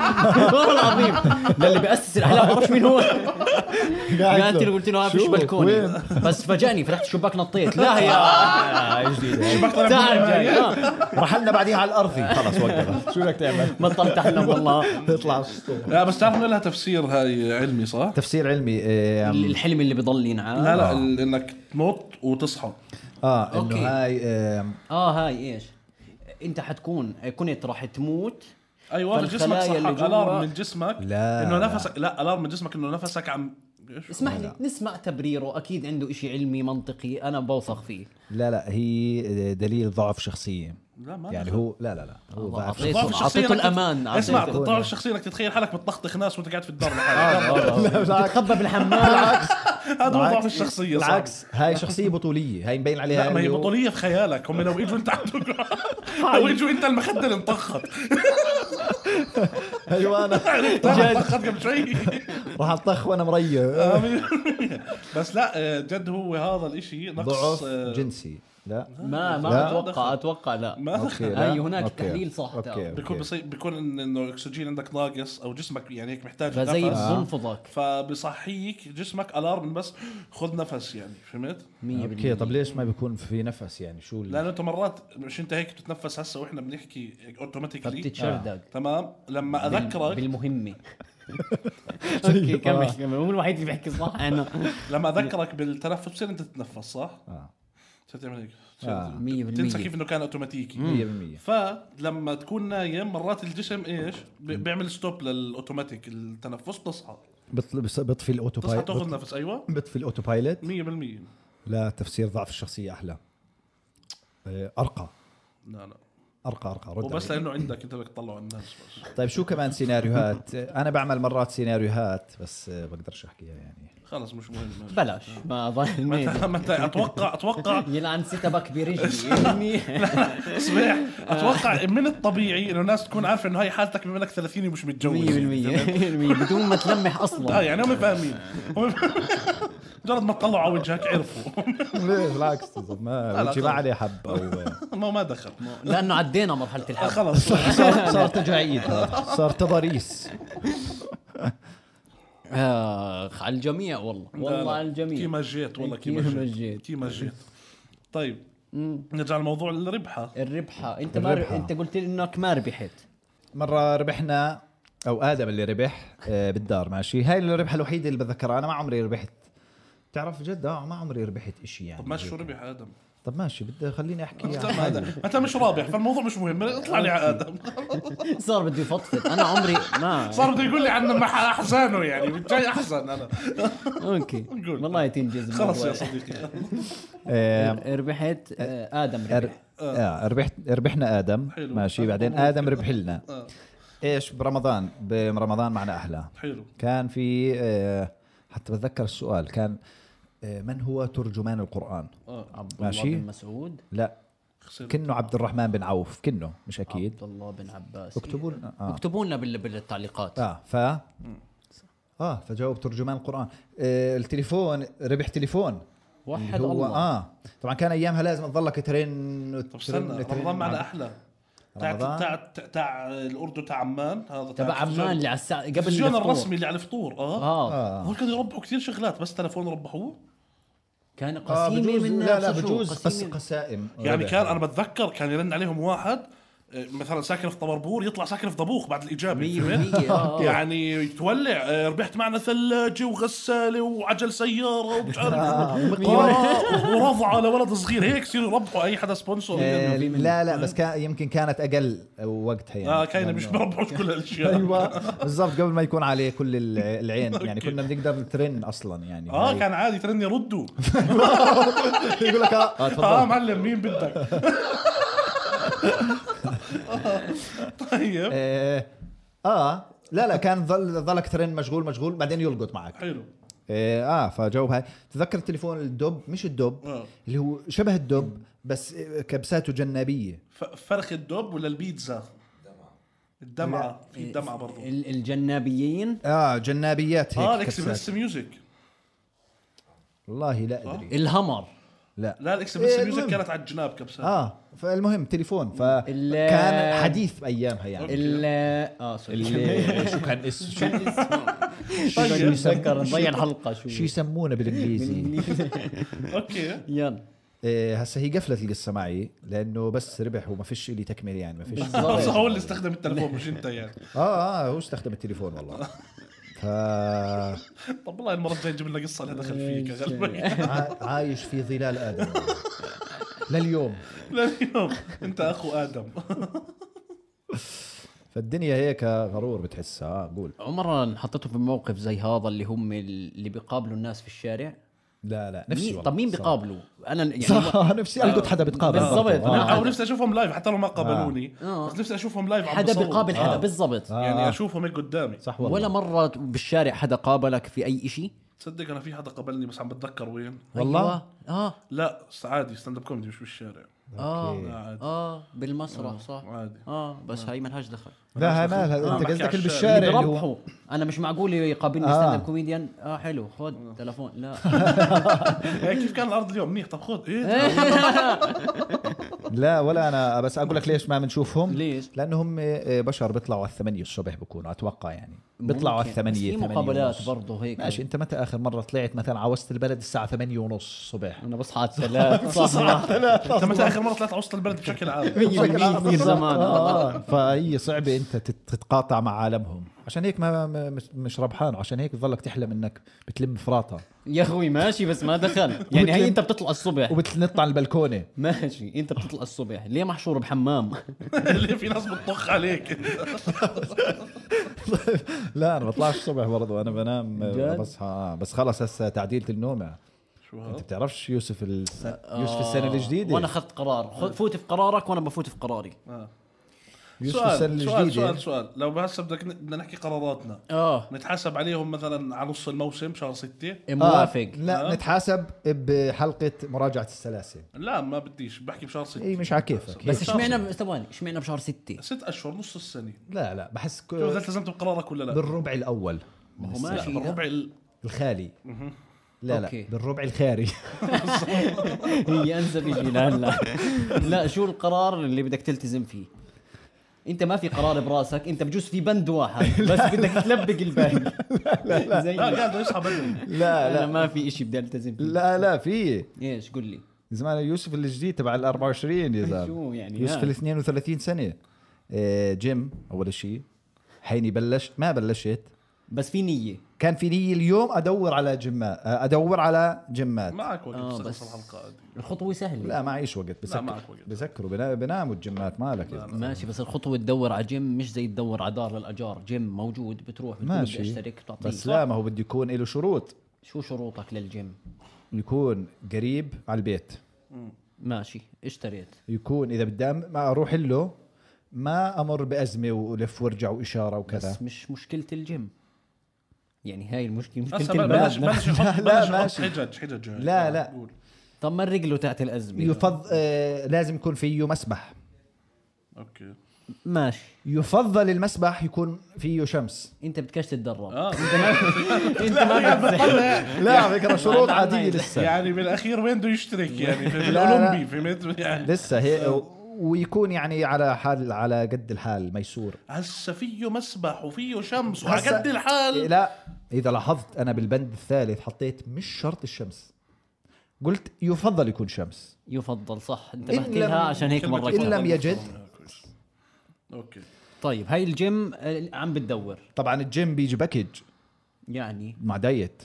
S2: والله العظيم للي بياسس الاحلام بعرفش مين هو قعدت له قلت له ما فيش
S1: شو؟ وين؟ [laughs]
S3: [laughs]
S2: بلكونه بس فجأني فتحت الشباك نطيت لا
S1: آه،
S2: يا
S3: شباك طلع
S2: تعال
S3: مني [laughs]
S2: جاي
S3: معي.
S2: آه.
S1: رحلنا بعديها على الارضي خلص وقفت [laughs] شو بدك تعمل؟
S2: بطلت احلم والله
S1: تطلع
S3: لا بس تعرف إنه لها تفسير هاي علمي صح؟
S1: تفسير آه. علمي آم،
S2: الحلم اللي بضل ينعاد
S3: لا لا ال- انك تنط وتصحى
S1: اه
S2: أوكي.
S1: انه هاي آم،
S2: اه هاي ايش انت حتكون كنت راح تموت
S3: ايوه جسمك
S2: فالخلايا
S3: صحى
S2: اللي جوا-
S3: الارم من جسمك
S1: لا،
S3: انه
S1: لا.
S3: نفسك لا الارم من جسمك انه نفسك عم إيش؟
S2: اسمح لي نسمع تبريره اكيد عنده إشي علمي منطقي انا بوثق فيه
S1: لا لا هي دليل ضعف شخصيه
S3: لا ما
S1: يعني هو لا لا لا هو
S2: الله،
S1: ضعف
S2: عطيته-
S1: شخصية.
S2: عطيته
S3: إنك تت-
S2: الامان
S3: اسمع
S2: عطيته.
S3: الضعف الشخصي انك تتخيل حالك بتطخطخ ناس وانت قاعد
S1: [laughs]
S3: في الدار لحالك
S2: تتخبى بالحمام
S3: هذا هو ضعف الشخصيه صح؟
S1: بالعكس هاي شخصيه بطوليه هاي مبين عليها
S3: لا ما هي
S1: إنه- [laughs]
S3: بطوليه في خيالك هم لو اجوا انت عندك لو اجوا انت المخده اللي انطخت
S1: ايوه
S3: [laughs]
S1: انا
S3: يعني انطخت قبل
S1: [laughs]
S3: شوي
S1: راح انطخ وانا مريه
S3: بس لا آه، جد هو هذا الاشي نقص
S1: ضعف
S3: آه،
S1: جنسي
S3: [laughs]
S1: لا
S2: ما ما
S1: لا.
S2: اتوقع اتوقع لا
S3: ما
S1: أوكي، لا.
S2: هاي هناك
S1: أوكي.
S2: تحليل صح
S1: أوكي.
S2: تمام.
S3: بيكون بصير بيكون إن- انه الاكسجين عندك ناقص او جسمك يعني هيك محتاج
S2: فزي
S3: نفس
S2: بتنفضك
S3: فبصحيك جسمك الارم بس خذ نفس يعني فهمت؟
S2: 100%
S1: اوكي طب ليش ما بيكون في نفس يعني شو ال-
S3: لانه انت مرات مش انت هيك بتتنفس هسه واحنا بنحكي اوتوماتيكلي
S2: فبتتشردق
S3: تمام لما
S2: [laughs]
S3: اذكرك
S2: بالمهمه اوكي كمل كمل هو الوحيد اللي بيحكي صح انا
S3: لما اذكرك بالتنفس بتصير انت تتنفس صح؟
S1: آه.
S3: بتصير تعمل هيك
S1: آه.
S2: مية بالمية.
S3: تنسى كيف انه كان اوتوماتيكي
S1: 100%
S3: فلما تكون نايم مرات الجسم ايش؟ بي- بيعمل ستوب للاوتوماتيك التنفس بتصحى
S1: بط- بص- بطفي الاوتو
S3: بتصحى تاخذ
S1: بايلوت
S3: نفس ايوه
S1: بطفي الاوتو بايلوت
S3: 100%
S1: لا تفسير ضعف الشخصيه احلى إيه، ارقى
S3: لا لا
S1: ارقى ارقى رد
S3: وبس
S1: علي.
S3: لانه عندك انت بدك تطلعه على الناس بس
S1: طيب شو كمان سيناريوهات انا بعمل مرات سيناريوهات بس آه، بقدرش احكيها
S3: [laughs]
S1: يعني
S3: خلص مش مهم
S2: بلاش ما ظن
S3: متى متى اتوقع اتوقع
S2: يلعن ستبك [laughs] برجلي
S3: صبيح اتوقع من الطبيعي انه الناس تكون عارفه انه هاي حالتك بما انك 30 ومش
S2: 100% 100%
S3: متجوز
S2: [laughs] بدون ما تلمح [laughs]
S3: اه
S2: اصلا
S3: يعني هم فاهمين هم مجرد ما تطلعوا على وجهك عرفوا
S1: ليه بالعكس ما وجهي
S3: لا،
S1: ما
S3: خلص.
S1: عليه حب او
S3: [laughs] ما ما دخل
S2: لانه عدينا مرحله
S3: آه،
S2: الحب
S3: خلص
S1: صار صار تجاعيد صار تضاريس
S2: آخ على آه، الجميع والله والله على الجميع
S3: كيما جيت والله كيما
S2: كيما
S3: جيت
S2: جيت.
S3: كيما جيت طيب نرجع لموضوع الربحه
S2: الربحه انت ما
S1: الربحة.
S2: انت قلت لي انك ما ربحت
S1: مره ربحنا او ادم اللي ربح آه، بالدار ماشي هاي الربحه الوحيده اللي بتذكرها انا ما عمري ربحت تعرف جد اه ما عمري ربحت إشي يعني
S3: طب ماشي شو ربح ادم
S1: طب ماشي بدي خليني احكي
S3: طب
S1: يعني
S3: هذا انت مش رابح فالموضوع مش مهم اطلع لي على ادم
S2: صار بده يفضفض انا عمري [laughs] ما
S3: صار بده يقول لي عن مح- احزانه يعني جاي احزن انا
S2: اوكي
S3: قول.
S2: والله تنجز
S3: خلص
S2: الموضوع.
S3: يا صديقي
S1: آه،
S2: ربحت آه، ادم
S1: أر...
S2: ربح
S1: آه ربحت ربحنا ادم
S3: حلو.
S1: ماشي بعدين
S3: مبروك.
S1: ادم ربح لنا
S3: آه.
S1: ايش برمضان برمضان معنا احلى
S3: حلو
S1: كان في آه، حتى بتذكر السؤال كان آه، من هو ترجمان القرآن؟
S3: اه
S2: عبد
S1: ماشي.
S2: الله بن مسعود
S1: لا
S3: خسر
S1: كنه عبد الرحمن بن عوف كنه مش اكيد
S3: آه.
S2: عبد الله بن عباس إيه.
S1: اكتبوا لنا آه.
S4: اكتبوا لنا بال- بالتعليقات
S1: اه ف اه فجاوب ترجمان القران آه التليفون ربح تليفون
S2: وحد
S1: اللي هو
S2: الله.
S1: اه طبعا كان ايامها لازم تضلك ترن
S3: طب استنى رمضان
S1: آه.
S3: معنا احلى تاع
S1: رمضان؟
S3: تاع تاع- تاع الاردن تاع عمان هذا
S2: تبع
S1: آه.
S2: عمان اللي على الساعه قبل
S3: التلفزيون
S2: الفطور.
S3: الرسمي اللي على الفطور اه
S2: اه
S1: آه.
S3: هو كانوا يربحوا كثير شغلات بس تلفون ربحوه
S2: كان
S1: اه
S2: قسيمه
S1: بجوز
S2: من
S1: لا لا
S2: شو؟
S1: بجوز قس
S2: قسيمة.
S1: قسائم
S3: يعني
S1: ربح.
S3: كان انا بتذكر كان يرن عليهم واحد آه، مثلا ساكن في طبربور يطلع ساكن في ضبوخ بعد الاجابه
S1: [laughs]
S2: 100% آه.
S3: يعني يتولع آه، ربحت معنا ثلاجه وغساله وعجل سياره ومش عارف
S2: [laughs]
S3: آه، ورضع على ولد صغير هيك يصيروا يربحوا اي حدا سبونسر
S1: آه، لا لا بس كان يمكن كانت اقل وقتها يعني
S3: اه كاينه مش
S1: لأنه-
S3: بربحوا كل الاشياء
S1: ايوه [laughs] بالضبط قبل ما يكون عليه كل ال- العين يعني كنا بنقدر نترن اصلا يعني
S3: اه كان عادي
S1: [laughs]
S3: ترن يردوا
S1: يقول لك آه،
S2: اه تفضل
S3: اه معلم مين بدك [laughs] آه، طيب
S1: اه اه لا لا كان ظل ظلك ترن مشغول مشغول بعدين يلقط معك
S3: حلو
S1: اه, آه فجاوب هاي تذكر التليفون الدب مش الدب
S3: آه.
S1: اللي هو شبه الدب بس آه، كبساته جنابيه
S3: ف- فرخ الدب ولا البيتزا الدمعه
S1: إيه،
S3: في دمعه برضه
S2: ال- الجنابيين
S1: اه جنابيات
S3: اه
S1: هيك
S3: الاكسبريس
S1: كبسات
S3: ميوزك
S1: والله لا
S3: آه.
S1: ادري
S2: الهمر
S1: لا
S3: لا الاكسبريس
S1: إيه،
S3: ميوزك
S1: المهم.
S3: كانت على الجناب كبسه
S1: اه فالمهم تليفون فكان حديث ايامها يعني
S2: ال اه سوري [laughs]
S1: ال- شو كان اسمه شو
S2: طيب نتذكر نضيع الحلقه شو
S1: شو يسمونه بالانجليزي
S3: اوكي
S2: [laughs] يلا
S1: إيه، هسه هي قفلت القصه معي لانه بس ربح وما فيش لي تكمله يعني ما فيش
S3: [laughs] بس هو اللي استخدم التليفون مش انت يعني
S1: اه اه هو استخدم التليفون والله ف
S3: طب والله المره الجايه نجيب لنا قصه لها دخل فيك
S1: إيه،
S3: غالبا
S1: ع- عايش في ظلال ادم لليوم
S3: لليوم انت اخو ادم
S1: فالدنيا هيك غرور بتحسها آه قول
S2: عمرا حطيته في موقف زي هذا اللي هم اللي بيقابلوا الناس في الشارع
S1: لا لا نفسي
S2: مين-
S1: والله.
S2: طب مين بيقابلوا؟ انا يعني
S1: صح [laughs] آه، نفسي القط حدا بتقابل
S2: بالضبط.
S1: برضه. آه.
S2: أنا-
S3: [laughs] او نفسي اشوفهم لايف حتى لو ما قابلوني
S2: آه.
S3: بس نفسي اشوفهم لايف عم
S2: حدا
S3: بصور.
S2: بيقابل حدا
S1: آه.
S2: بالضبط
S1: آه.
S3: يعني اشوفهم هيك قدامي
S1: صح والله
S2: ولا مره بالشارع حدا قابلك في اي شيء
S3: تصدق انا في حدا قابلني بس عم بتذكر وين
S1: والله
S2: أيوة. اه
S3: لا بس عادي ستاند اب كوميدي مش بالشارع
S1: أوكي. آه.
S2: اه
S3: لا عادي
S2: اه بالمسرح صح
S3: عادي
S2: اه بس هاي ملهاش
S1: [laughs]
S2: دخل
S1: لا هاي
S3: آه،
S1: مالها انت
S3: بحكي
S1: قصدك
S3: على
S1: اللي
S3: الشارع.
S1: بالشارع اللي هو
S2: بربحوا انا مش معقول يقابلني
S1: آه.
S2: ستاند اب كوميديان اه حلو خد تلفون لا
S1: [laughs]
S3: إيه، كيف كان الارض اليوم منيح طب خذ ايه
S2: إيه.
S3: [laughs]
S1: لا ولا انا بس اقول لك ليش ما بنشوفهم
S2: ليش؟
S1: لانهم آه، بشر بيطلعوا على الثمانية الصبح بكونوا اتوقع يعني بيطلعوا على
S2: ممكن. بس
S1: الثمانية
S2: في
S1: ثمانية
S2: مقابلات
S1: ونص.
S2: برضه هيك
S1: ماشي انت متى اخر مرة طلعت مثلا على وسط البلد الساعة ثمانية ونص الصبح
S2: انا
S1: [laughs]
S2: بصحى على الثلاث صح
S3: انت
S2: آه.
S3: متى اخر مره طلعت على وسط البلد بشكل
S2: [laughs]
S3: عام
S2: من زمان
S1: آه فهي صعبة انت تت- تتقاطع مع عالمهم عشان هيك ما ما- مش- مش ربحان وعشان هيك بتضلك تحلم انك بتلم فراطة
S2: [laughs] يا اخوي ماشي بس ما
S1: [laughs]
S2: دخل يعني هي انت بتطلع الصبح
S1: وبتنط على البلكونة
S2: ماشي انت بتطلع الصبح ليه محشور بحمام
S3: [laughs] اللي في ناس بتطخ عليك
S1: لا انا بطلعش الصبح برضو انا بنام آه،
S2: جد؟
S1: بصحى آه، بس خلص هسه تعديلة النومة
S3: شو
S1: انت
S3: هذا
S1: بتعرفش يوسف الس... يوسف السنة الجديدة
S2: وانا اخذت آه. قرار
S1: آه.
S2: خ- فوت في قرارك وانا بفوت في قراري
S3: آه.
S1: يوسف السنة
S3: سؤال
S1: الجديدة
S3: سؤال
S2: إيه.
S3: سؤال سؤال لو هسه بدك ن- بدنا نحكي قراراتنا
S1: آه.
S2: اه
S3: نتحاسب عليهم مثلا على نص الموسم شهر ستة
S2: موافق
S1: لا
S3: آه.
S1: نتحاسب بحلقة مراجعة السلاسل
S3: لا ما بديش بحكي بشهر ستة
S1: اي مش على كيفك
S2: بس
S1: بس
S2: اشمعنا ب- ثواني اشمعنا بشهر ستة
S3: ست اشهر نص السنه
S1: لا لا بحس ك...
S3: شوف اذا التزمت بقرارك ولا لا
S1: أه. بالربع الاول
S2: ما هو
S3: لا
S2: ماشي
S3: بالربع ال-
S1: الخالي لا لا
S2: أوكي.
S1: بالربع الخاري [laughs]
S2: هي انسب شيء لهلا لا شو القرار اللي بدك تلتزم فيه انت ما في قرار براسك انت بجوز في بند واحد بس بدك تلبق الباقي لا لا زي
S3: لا قاعد يصحى بدري
S1: لا
S2: انا
S1: لا
S2: ما في شيء بدي التزم فيه
S1: لا لا في
S2: ايش قل لي
S1: زمان يوسف الجديد تبع ال 24 يا زلمه
S2: شو يعني
S1: يوسف
S2: ها؟
S1: ال 32 سنه آه، جيم اول شيء حيني بلشت ما بلشت
S2: بس في نيه
S1: كان في لي اليوم ادور على جيمات ادور على جيمات
S3: معك وقت
S2: آه،
S3: بس
S2: بس-
S3: أخلص الحلقه عادي
S2: الخطوه سهله
S1: لا معيش وقت بسكر
S3: معك وقت.
S1: بسكروا بنا- بناموا الجيمات مالك يا زلمة.
S2: ماشي بس الخطوه تدور على جيم مش زي تدور على دار للاجار جيم موجود بتروح بتقول بدي
S1: ماشي
S2: اشترك بتعطيه
S1: بس لا ما هو بده يكون له شروط
S2: شو شروطك للجيم
S1: يكون قريب على البيت
S2: ماشي اشتريت
S1: يكون اذا بدي أم- ما اروح له ما امر بازمه والف وارجع واشاره وكذا
S2: بس مش مشكله الجيم يعني هاي المشكله
S3: بس
S2: مشكله
S3: بلش
S2: البلد
S3: بلش يحط
S1: لا،
S3: بلش يحط
S1: ماشي.
S3: حجج حجج
S1: لا، لا.
S3: قول.
S2: طب مرق له تحت الازمه
S1: يفض... آه لازم يكون فيه مسبح
S3: اوكي
S2: ماشي
S1: يفضل المسبح يكون فيه
S2: [laughs]
S1: شمس
S2: انت بدكش تتدرب
S3: آه.
S2: انت
S3: [laughs]
S2: ما انت ما بتزح.
S1: لا على فكره شروط
S2: لا، لا،
S1: عاديه
S2: لا.
S1: لسه
S3: يعني بالاخير وين بده يشترك يعني في
S1: لا.
S3: الاولمبي فهمت يعني
S1: لسه هي ويكون يعني على حال على قد الحال ميسور
S3: هسه فيه مسبح وفيه شمس
S1: هسا-
S3: وعقد الحال
S1: إيه، لا اذا لاحظت انا بالبند الثالث حطيت مش شرط الشمس قلت يفضل يكون شمس
S2: يفضل صح
S1: إن
S2: انتبهت
S1: لم-
S2: لها عشان هيك
S3: كلمة
S1: إن
S2: مرقتها
S1: لم يجد
S3: اوكي
S2: طيب هاي الجيم آه، عم بتدور
S1: طبعا الجيم بيجي باكج
S2: يعني
S1: مع دايت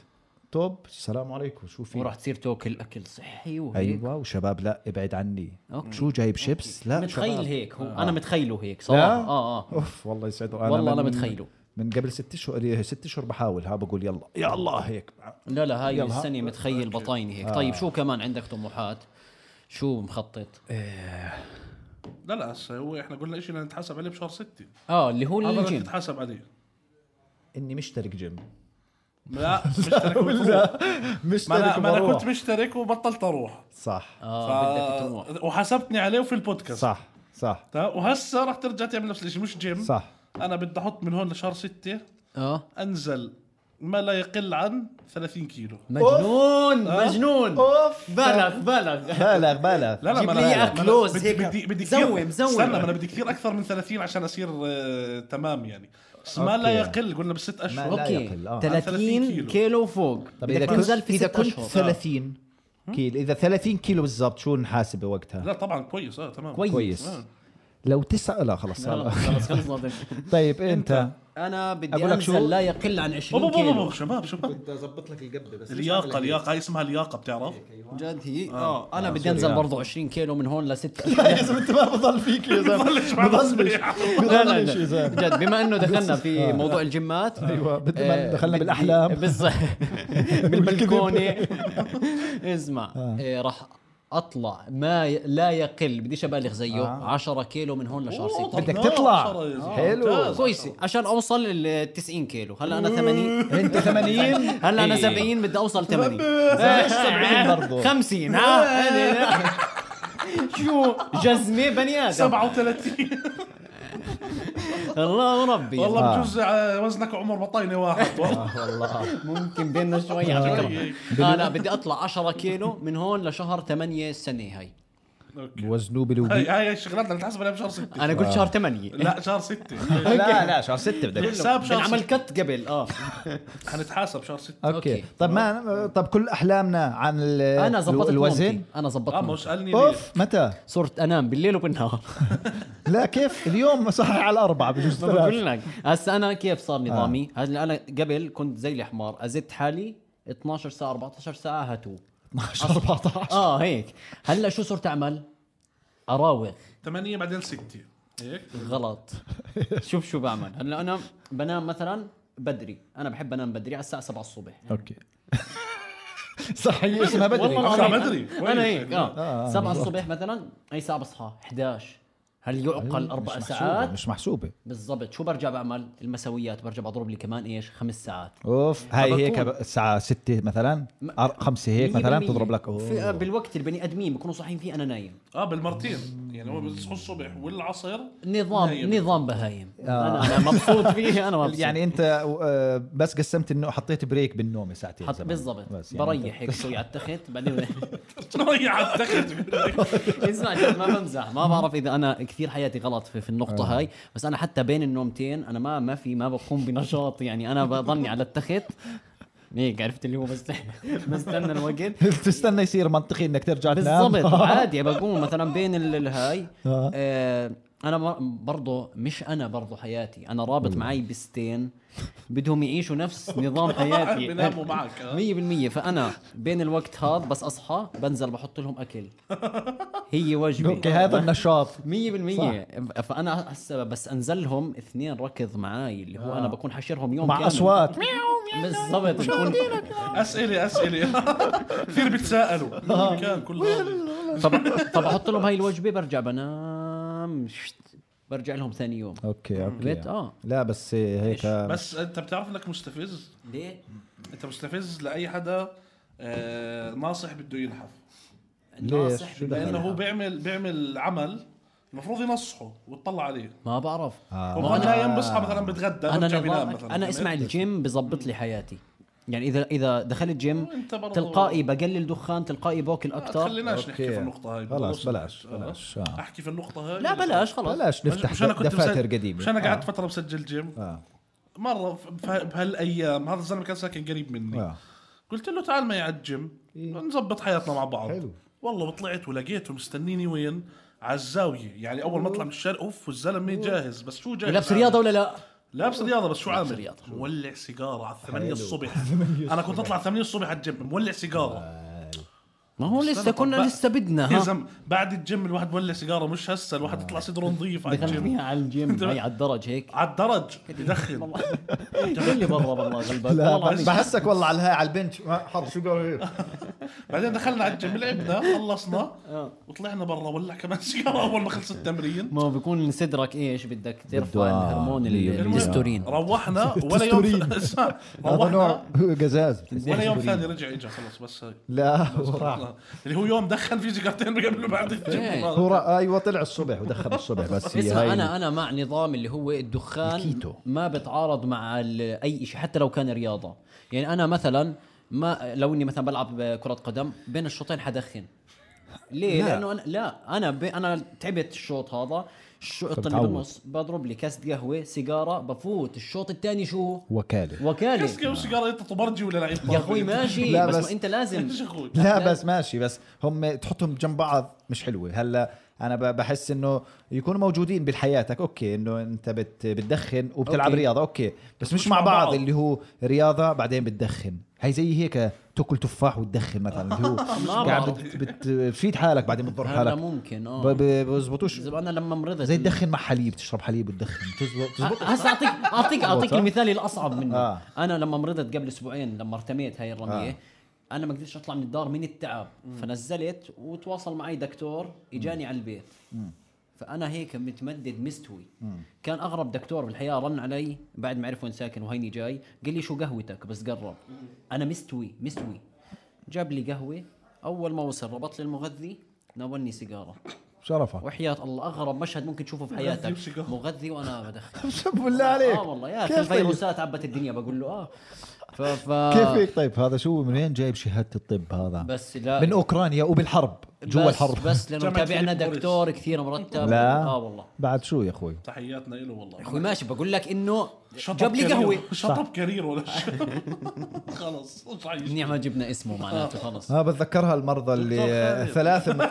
S1: توب السلام عليكم شو في
S2: وراح تصير تاكل اكل صحي وهيك
S1: ايوه وشباب لا ابعد عني
S2: أوكي.
S1: شو جايب شيبس لا
S2: متخيل
S1: شباب.
S2: هيك هو
S3: آه.
S2: انا متخيله هيك
S1: لا
S2: صراحه اه اه
S1: اوف والله يسعده
S2: والله أنا
S1: من-
S2: متخيله.
S1: من قبل ست اشهر ست اشهر بحاول ها بقول يلا يا الله هيك
S2: لا لا هاي
S1: يلا. آه.
S2: السنه متخيل بطايني هيك طيب شو كمان عندك طموحات شو مخطط
S1: إيه.
S3: لا لا هسه هو احنا قلنا شيء نتحاسب عليه بشهر 6
S2: اه اللي هو
S3: هذا اللي
S2: الجيم
S3: تتحاسب عليه
S1: اني مشترك جيم [laughs]
S3: لا مشترك وبتروح.
S1: لا
S3: ما
S1: مشترك
S3: انا ما انا
S1: وبروح
S3: كنت مشترك وبطلت اروح
S1: صح
S2: اه بدك طموح
S3: وحسبتني آه، عليه في البودكاست
S1: صح صح
S3: تمام؟ وهسه راح ترجع تعمل نفس الشيء مش جيم
S1: صح
S3: انا بدي احط من هون لشهر 6
S2: اه
S3: انزل ما لا يقل عن 30 كيلو
S2: مجنون
S3: آه.
S2: مجنون
S1: اوف
S2: بالغ بالغ
S1: بالغ بالغ
S3: لا لا
S2: جيب
S3: ما
S2: لي
S3: أنا-
S2: إياه
S3: ما أنا
S2: كلوز
S3: بدي-
S2: هيك.
S3: بدي بدي
S2: زوم،
S3: كثير-
S2: زوم.
S3: استنى ما انا بدي كثير اكثر من 30 عشان اصير آه، تمام يعني بس ما لا
S1: أوكي.
S3: يقل قلنا بالست
S1: ما
S3: اشهر
S1: لا
S2: اوكي
S1: يقل، آه.
S2: 30
S3: كيلو.
S2: كيلو فوق
S1: طب
S2: بدك
S1: اذا كنت
S2: تنزل في
S1: اذا
S2: 6
S1: كنت
S2: اشهر
S1: 30 كيلو اذا 30 كيلو بالضبط شو نحاسبه وقتها
S3: لا طبعا كويس اه تمام
S2: كويس.
S1: كويس
S3: آه.
S1: لو تسعة لا خلاص
S2: [laughs] خلص
S1: لا.
S2: خلص خلص
S1: طيب انت
S2: انا بدي
S1: أقول لك شو؟
S2: انزل لا يقل عن 20
S3: أوب أوب أوب
S2: كيلو
S3: أوب، شباب
S2: [laughs]
S3: شباب
S5: كنت اظبط لك القبه بس
S3: الياقه الياقه هاي اسمها الياقه بتعرف [laughs]
S2: جد هي اه انا بدي
S1: سوري،
S2: انزل
S1: آه.
S2: برضه 20 كيلو من هون [laughs] لست
S1: يا زلمه انت ما بضل فيك يا زلمه
S3: بضلش بعد
S1: بضلش
S3: الصبح. [laughs]
S2: لا لا
S1: بضلش يا
S2: لا.
S1: زلمه
S2: جد بما انه دخلنا في موضوع الجيمات
S1: ايوه بدل ما
S2: آه،
S1: دخلنا
S2: بدي- [laughs]
S1: بالاحلام
S2: بالظبط بالبلكونه اسمع آه، راح اطلع ما ي- لا يقل بديش ابالغ زيه 10 كيلو من هون لشهر
S3: أوه،
S2: 6
S1: بدك
S3: طب
S1: تطلع.
S3: نار، يا زلمة.
S1: حلو.
S3: ممتاز.
S2: كويسه عشان اوصل لل 90 كيلو هلا انا 80
S1: انت 80
S2: هلا انا
S1: إيه.
S2: 70 بدي اوصل 80 [laughs]
S1: 70 برضه.
S2: 50 ها [laughs] شو جزمه بني ادم
S3: 37
S2: الله ربي
S3: والله
S1: آه.
S3: بجوز آه، وزنك عمر بطينه [laughs] واحد والله
S2: ممكن بيننا شوي على
S3: شوي.
S2: فكره آه لا بدي اطلع 10 كيلو من هون لشهر 8 السنه هاي
S3: أوكي.
S1: وزنوه
S3: هاي
S1: بالوبي
S3: هاي الشغلات اللي بتحسب عليها بشهر 6
S2: انا قلت شهر 8
S3: لا شهر [laughs] 6
S1: لا لا شهر 6 بدك
S3: حساب شهر
S2: بنعمل
S3: 6
S2: كت قبل اه
S3: حنتحاسب شهر 6
S1: اوكي
S2: أوكي.
S1: طب ما طب كل احلامنا عن ال-
S2: انا زبطت
S1: الوزن
S2: نومتي. انا زبطت
S3: اه ما هو
S2: نومتي.
S3: سالني ليه
S1: اوف متى
S2: صرت انام بالليل وبالنهار
S1: لا كيف اليوم صحيح على الاربعه بجوز
S2: [laughs] ما
S1: ثلاث.
S2: بقول لك هسه انا كيف صار نظامي هلا انا قبل كنت زي الحمار ازت حالي 12 ساعه 14 ساعه هاتو
S1: 12 14
S2: اه هيك هلا شو صرت اعمل اراوغ
S3: 8 بعدين 6 هيك
S2: غلط شوف شو بعمل هلا انا بنام مثلا بدري انا بحب انام بدري على الساعه 7 الصبح
S1: [laughs] اوكي صح هي اسمها بدري
S2: والله
S3: أنا
S2: العظيم.
S3: بدري. كويس.
S2: انا هيك
S1: آه،
S2: اه
S1: آه،
S2: 7
S1: بالضبط.
S2: الصبح مثلا اي ساعه بصحى 11 هل يعقل
S1: أيوة،
S2: اربع
S1: مش محسوبة،
S2: ساعات
S1: مش محسوبه
S2: بالضبط شو برجع بعمل المسويات برجع بضرب لي كمان ايش خمس ساعات
S1: اوف هاي هيك
S2: فبكون-
S1: الساعه 6 مثلا أر- خمسة هيك مثلا
S2: 100%
S1: تضرب لك
S2: يعني في آه،
S1: أوه.
S2: بالوقت البني ادمين بيكونوا صاحيين فيه انا نايم
S3: اه بالمرتين يعني هو بيصحوا الصبح والعصر [laughs]
S2: نظام
S3: نايم.
S2: نظام بهايم انا انا مبسوط فيه انا مبسوط
S1: آه. [laughs] يعني انت آه، بس قسمت انه حطيت بريك بالنوم ساعتين
S2: حط
S1: زمان.
S2: بالضبط
S1: بس يعني أنت-
S2: بريح هيك شوي على التخت بعدين
S3: تريح على [laughs] التخت
S2: اسمع جد إيه، ما بمزح ما بعرف اذا انا كثير حياتي غلط في, في
S1: آه.
S2: النقطه هاي بس انا حتى بين النومتين انا ما ما في ما بقوم بنشاط يعني انا بضلني على التخت هيك عرفت اللي هو بس [laughs] بستنى الوقت
S1: [laughs] تستنى يصير منطقي انك ترجع تنام
S2: بالضبط
S1: [laughs]
S2: عادي بقوم مثلا بين ال- الهاي
S1: نعم. آه.
S2: آه انا بر- برضه مش انا برضه حياتي انا رابط معي بستين بدهم يعيشوا نفس نظام حياتي
S3: بيناموا معك آه.
S2: 100% فانا بين الوقت هذا بس اصحى بنزل بحط لهم اكل هي وجبه
S1: اوكي هذا النشاط
S2: 100% فانا هسه بس انزلهم اثنين ركض معاي اللي هو انا بكون حشرهم يوم
S1: آه. مع
S2: كامل.
S1: اصوات
S2: بالضبط بكون
S3: اسئله اسئله [laughs] كثير بيتساءلوا [laughs] مين كان كل هذا
S2: طب طب احط لهم هاي الوجبه برجع بنام شت. برجع لهم ثاني يوم
S1: اوكي
S2: بيت
S1: اوكي
S2: اه
S1: لا بس آه، هيك
S3: بس انت بتعرف انك مستفز
S2: ليه؟
S3: انت مستفز لاي حدا آه، ناصح بده ينحف
S4: ناصح
S1: شو
S4: بالمنحة.
S3: لانه هو بيعمل بيعمل عمل المفروض ينصحه وتطلع عليه
S2: ما بعرف
S1: آه.
S3: هو نايم بصحى مثلا بتغدى
S2: انا
S3: برجع بينام
S2: نظامك
S3: مثلاً.
S2: انا اسمع الجيم بزبط لي حياتي يعني اذا اذا دخلت جيم
S3: وأنت برضو- آه،
S2: تلقائي بقلل دخان تلقائي باكل
S3: ما
S2: اكثر
S3: تخليناش نحكي
S1: أوكي.
S3: في النقطة هاي
S1: خلاص،
S3: بالنص.
S1: بلاش،
S3: آه.
S1: بلاش، آه.
S3: احكي في النقطة هاي
S2: لا بلاش خلاص
S1: بلاش
S3: مش انا
S1: نفتح
S3: كنت
S1: دفاتر
S3: مسجل-
S1: قديمه
S3: مش انا قعدت
S1: آه.
S3: فترة مسجل جيم
S1: آه.
S3: مرة ف- ف- بهالايام هذا الزلمة كان ساكن قريب مني
S1: آه. إيه.
S3: قلت له تعال معي على الجيم نظبط حياتنا مع بعض
S1: حلو.
S3: والله طلعت ولقيته مستنيني وين على الزاوية يعني أول ما أطلع من الشارع أوف والزلمة جاهز بس شو جاهز
S2: لابس
S3: عامل؟
S2: رياضه ولا لا؟
S3: لابس رياضة بس شو عامل؟
S2: رياضة.
S3: مولع سيجارة على 8 الصبح
S1: [laughs]
S3: أنا كنت أطلع 8 الصبح على الجيم مولع
S1: آه.
S3: سيجارة
S2: ما هو لسه
S3: استنى،
S2: كنا
S3: طب-
S2: لسه بدنا
S3: يا
S2: ها
S3: زلمة بعد الجيم الواحد مولع سيجارة مش هسه الواحد
S1: آه.
S3: يطلع صدره نظيف على
S2: دخلت
S3: الجيم
S2: فيها
S1: [laughs]
S2: على الجيم هي على الدرج هيك
S3: على الدرج
S2: [laughs]
S3: يدخن
S2: والله اللي برا والله غلبك
S3: طيب،
S1: لا
S2: والله العظيم.
S1: بحسك والله على الهاي على البنش ما حر شو قال
S3: [laughs] بعدين دخلنا على الجيم لعبنا خلصنا
S2: آه.
S3: وطلعنا برا ولع كمان سيجارة أول ما خلص التمرين
S2: [laughs] ما بيكون صدرك ايش بدك ترفع
S1: بده-
S2: الهرمون
S1: المهم.
S2: الدستورين
S1: [laughs]
S3: روحنا ولا يوم [laughs] اسمع،
S1: هذا نوع
S3: روحنا
S1: قزاز
S3: ولا يوم ثاني رجع اجى خلص بس هاي
S1: لا [laughs] هو
S3: [laughs]
S1: راح
S3: اللي هو يوم دخن في سيجارتين قبل وبعد [laughs]
S2: إيه.
S1: هو
S3: الجيم
S1: راح ايوه طلع الصبح ودخل الصبح بس هي
S2: اسمع
S1: هاي
S2: انا انا مع نظام اللي هو الدخان
S1: الكيتو.
S2: ما بتعارض مع ال- اي شيء حتى لو كان رياضه يعني انا مثلا ما لو اني مثلا بلعب كره قدم بين الشوطين حدخن ليه؟
S1: لا.
S2: لا. لانه انا لا انا ب... انا تعبت الشوط هذا الشوط اللي
S1: فبتعود.
S2: بالنص بضرب لي كاسة قهوه سيجاره بفوت الشوط الثاني شو
S1: وكاله
S2: وكاله
S3: كسكه وسيجاره انت طبرجي ولا لعيب
S2: يا اخوي ماشي
S1: لا
S2: بس,
S1: بس-
S2: ما انت
S1: [laughs]
S2: لازم
S3: [laughs] ايش اخوي
S1: لا بس ماشي بس هم تحطهم جنب بعض مش حلوه هلا انا ب- بحس انه يكونوا موجودين بحياتك اوكي انه انت بت بتدخن وبتلعب
S2: أوكي.
S1: أوكي. رياضه اوكي بس مش مع بعض اللي هو رياضه بعدين بتدخن هي زي هيك تاكل تفاح وتدخن مثلا اللي هو قاعد
S2: بعرف.
S1: بت- بت- بتفيد حالك بعدين بتضر
S2: هذا
S1: حالك
S2: ممكن
S1: ب-
S2: اه
S1: ب- بزبطوش
S2: زي- انا لما مرضت
S1: زي تدخن مع حليب تشرب حليب وتدخن بتزبط- بتزبط
S2: أه، هسه اعطيك اعطيك اعطيك
S1: ها؟
S2: المثال الاصعب منه
S1: آه.
S2: انا لما مرضت قبل اسبوعين لما ارتميت هاي الرميه
S1: آه.
S2: انا ما قدرتش اطلع من الدار من التعب فنزلت وتواصل معي دكتور اجاني على البيت فانا هيك متمدد مستوي كان اغرب دكتور بالحياه رن علي بعد ما عرف وين ساكن وهيني جاي قال لي شو قهوتك بس قرب انا مستوي مستوي جاب لي قهوه اول ما وصل ربط لي المغذي ناولني سيجاره
S1: شرفك
S2: وحياه الله اغرب مشهد ممكن تشوفه في حياتك
S3: وسيجارة.
S2: مغذي وانا بدخن
S1: [laughs] بالله عليك
S2: اه والله يا اخي
S1: كيف طيب؟
S2: الفيروسات عبت الدنيا بقول له اه ف ف
S1: كيف هيك طيب هذا شو من وين جايب شهاده الطب هذا
S2: بس لا
S1: من اوكرانيا وبالحرب جوا
S2: آه. بس-
S1: الحرب
S2: بس لانه
S3: جامعة
S2: تابعنا
S3: فيليب موريس.
S2: دكتور كثير مرتب
S1: لا
S2: اه والله
S1: بعد شو يا اخوي
S3: تحياتنا له والله
S2: اخوي ماشي بقول لك انه
S3: شطب
S2: جاب لي
S3: كارير.
S2: قهوه
S3: [laughs] شطب كارير ولا شيء [laughs] خلص مش عايش
S2: منيح ما جبنا اسمه معناته خلص
S1: ها بتذكرها المرضى
S3: دكتور
S1: اللي
S3: خالد.
S1: ثلاثة
S2: [laughs]
S1: م...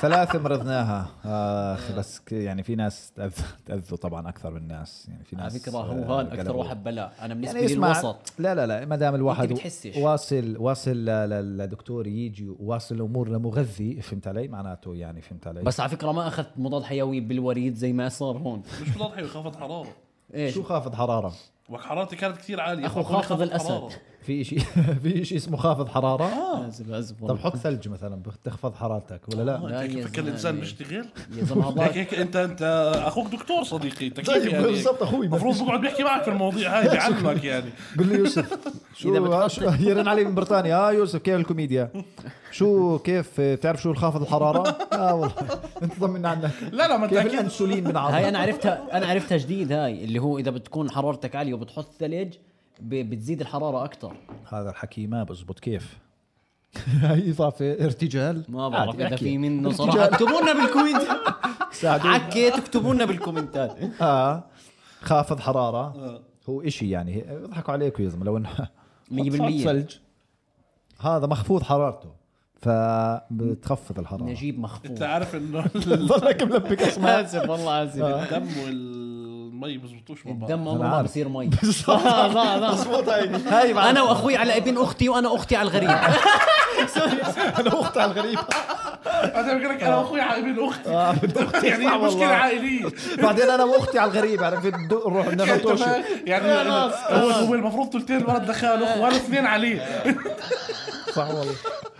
S1: ثلاثة مرضناها اخ
S2: آه.
S1: بس ك- يعني في ناس تأذ- تأذوا طبعا اكثر من الناس يعني في
S2: على
S1: ناس
S2: فكره هو
S1: آه،
S2: هون اكثر
S1: قلبوا.
S2: واحد بلاء انا بالنسبه
S1: يعني
S2: لي
S1: اسمع
S2: الوسط
S1: لا لا لا ما دام الواحد
S2: بتحسش.
S1: واصل واصل ل- ل- لدكتور يجي واصل الامور لمغذي فهمت علي معناته يعني فهمت علي
S2: بس على فكره ما اخذت مضاد حيوي بالوريد زي ما صار هون
S3: مش بتضحي خافت حراره
S2: ايش
S1: شو خافض حراره
S3: وحرارتي كانت كثير عاليه
S2: أخو
S3: فأخوي
S2: خافض الأسد.
S3: حرارة.
S1: في شيء [laughs] في شيء اسمه خافض حراره
S2: أزف أزف
S1: آه. طب حط ثلج مثلا بتخفض حرارتك ولا لا
S3: هيك
S2: يا
S3: فكر
S2: زلمة.
S3: الانسان
S2: [laughs]
S3: بيشتغل
S2: يا زلمه
S3: هيك
S2: هذا
S3: هيك انت انت اخوك دكتور صديقي انت كيف
S1: طيب،
S3: يعني
S1: بالضبط أخوي.
S3: المفروض بقعد بيحكي معك في المواضيع
S2: [laughs]
S3: هاي بيعلمك يعني
S1: قل لي يوسف شو
S2: إذا بتحط-
S1: شو- يرن علي من بريطانيا اه يوسف كيف الكوميديا شو كيف بتعرف شو الخافض الحراره اه والله انت طمنا عنك
S3: لا لا ما انت
S1: كيف
S3: اكيد
S1: الانسولين من
S2: هاي
S1: عظم
S2: انا عرفتها انا عرفتها جديد هاي اللي هو اذا بتكون حرارتك عاليه وبتحط ثلج ب- بتزيد الحراره اكثر
S1: هذا الحكي ما بزبط كيف [laughs] هاي اضافه ارتجال
S2: ما بعرف
S1: عادي،
S2: اذا
S1: احكي.
S2: في منه
S1: ارتجال.
S2: صراحه [laughs] اكتبوا لنا بالكومنت
S1: ساعدوني.
S2: عكيت اكتبوا لنا بالكومنتات [laughs]
S1: اه خافض
S3: آه.
S1: حراره هو إشي يعني يضحكوا عليكم يا زلمه لو انه
S2: 100%
S1: حط ثلج هذا مخفوض حرارته فبتخفض الحراره
S2: نجيب
S3: انت
S2: [laughs] مخفوق
S3: عارف انه
S1: ضلك ملبك اسماء
S2: اسف والله اسف
S3: الدم والمي بزبطوش مع بعض
S2: الدم عمره
S1: أنا
S2: ما
S1: عارف.
S2: بصير مي آه، صح صح
S1: هاي بعد
S2: انا واخوي على ابن اختي وانا اختي على الغريب
S1: انا اختها الغريبه
S3: انا بقول لك انا واخوي على ابن اختي
S2: آه. [laughs]
S3: يعني هي
S1: صح
S3: مشكله
S1: والله.
S3: عائليه
S1: بعدين انا واختي على الغريبه يعني في الدو- نروح ناخذ توشي
S3: يعني هو هو المفروض ثلثين الولد دخان اخو وانا اثنين عليه
S1: صح والله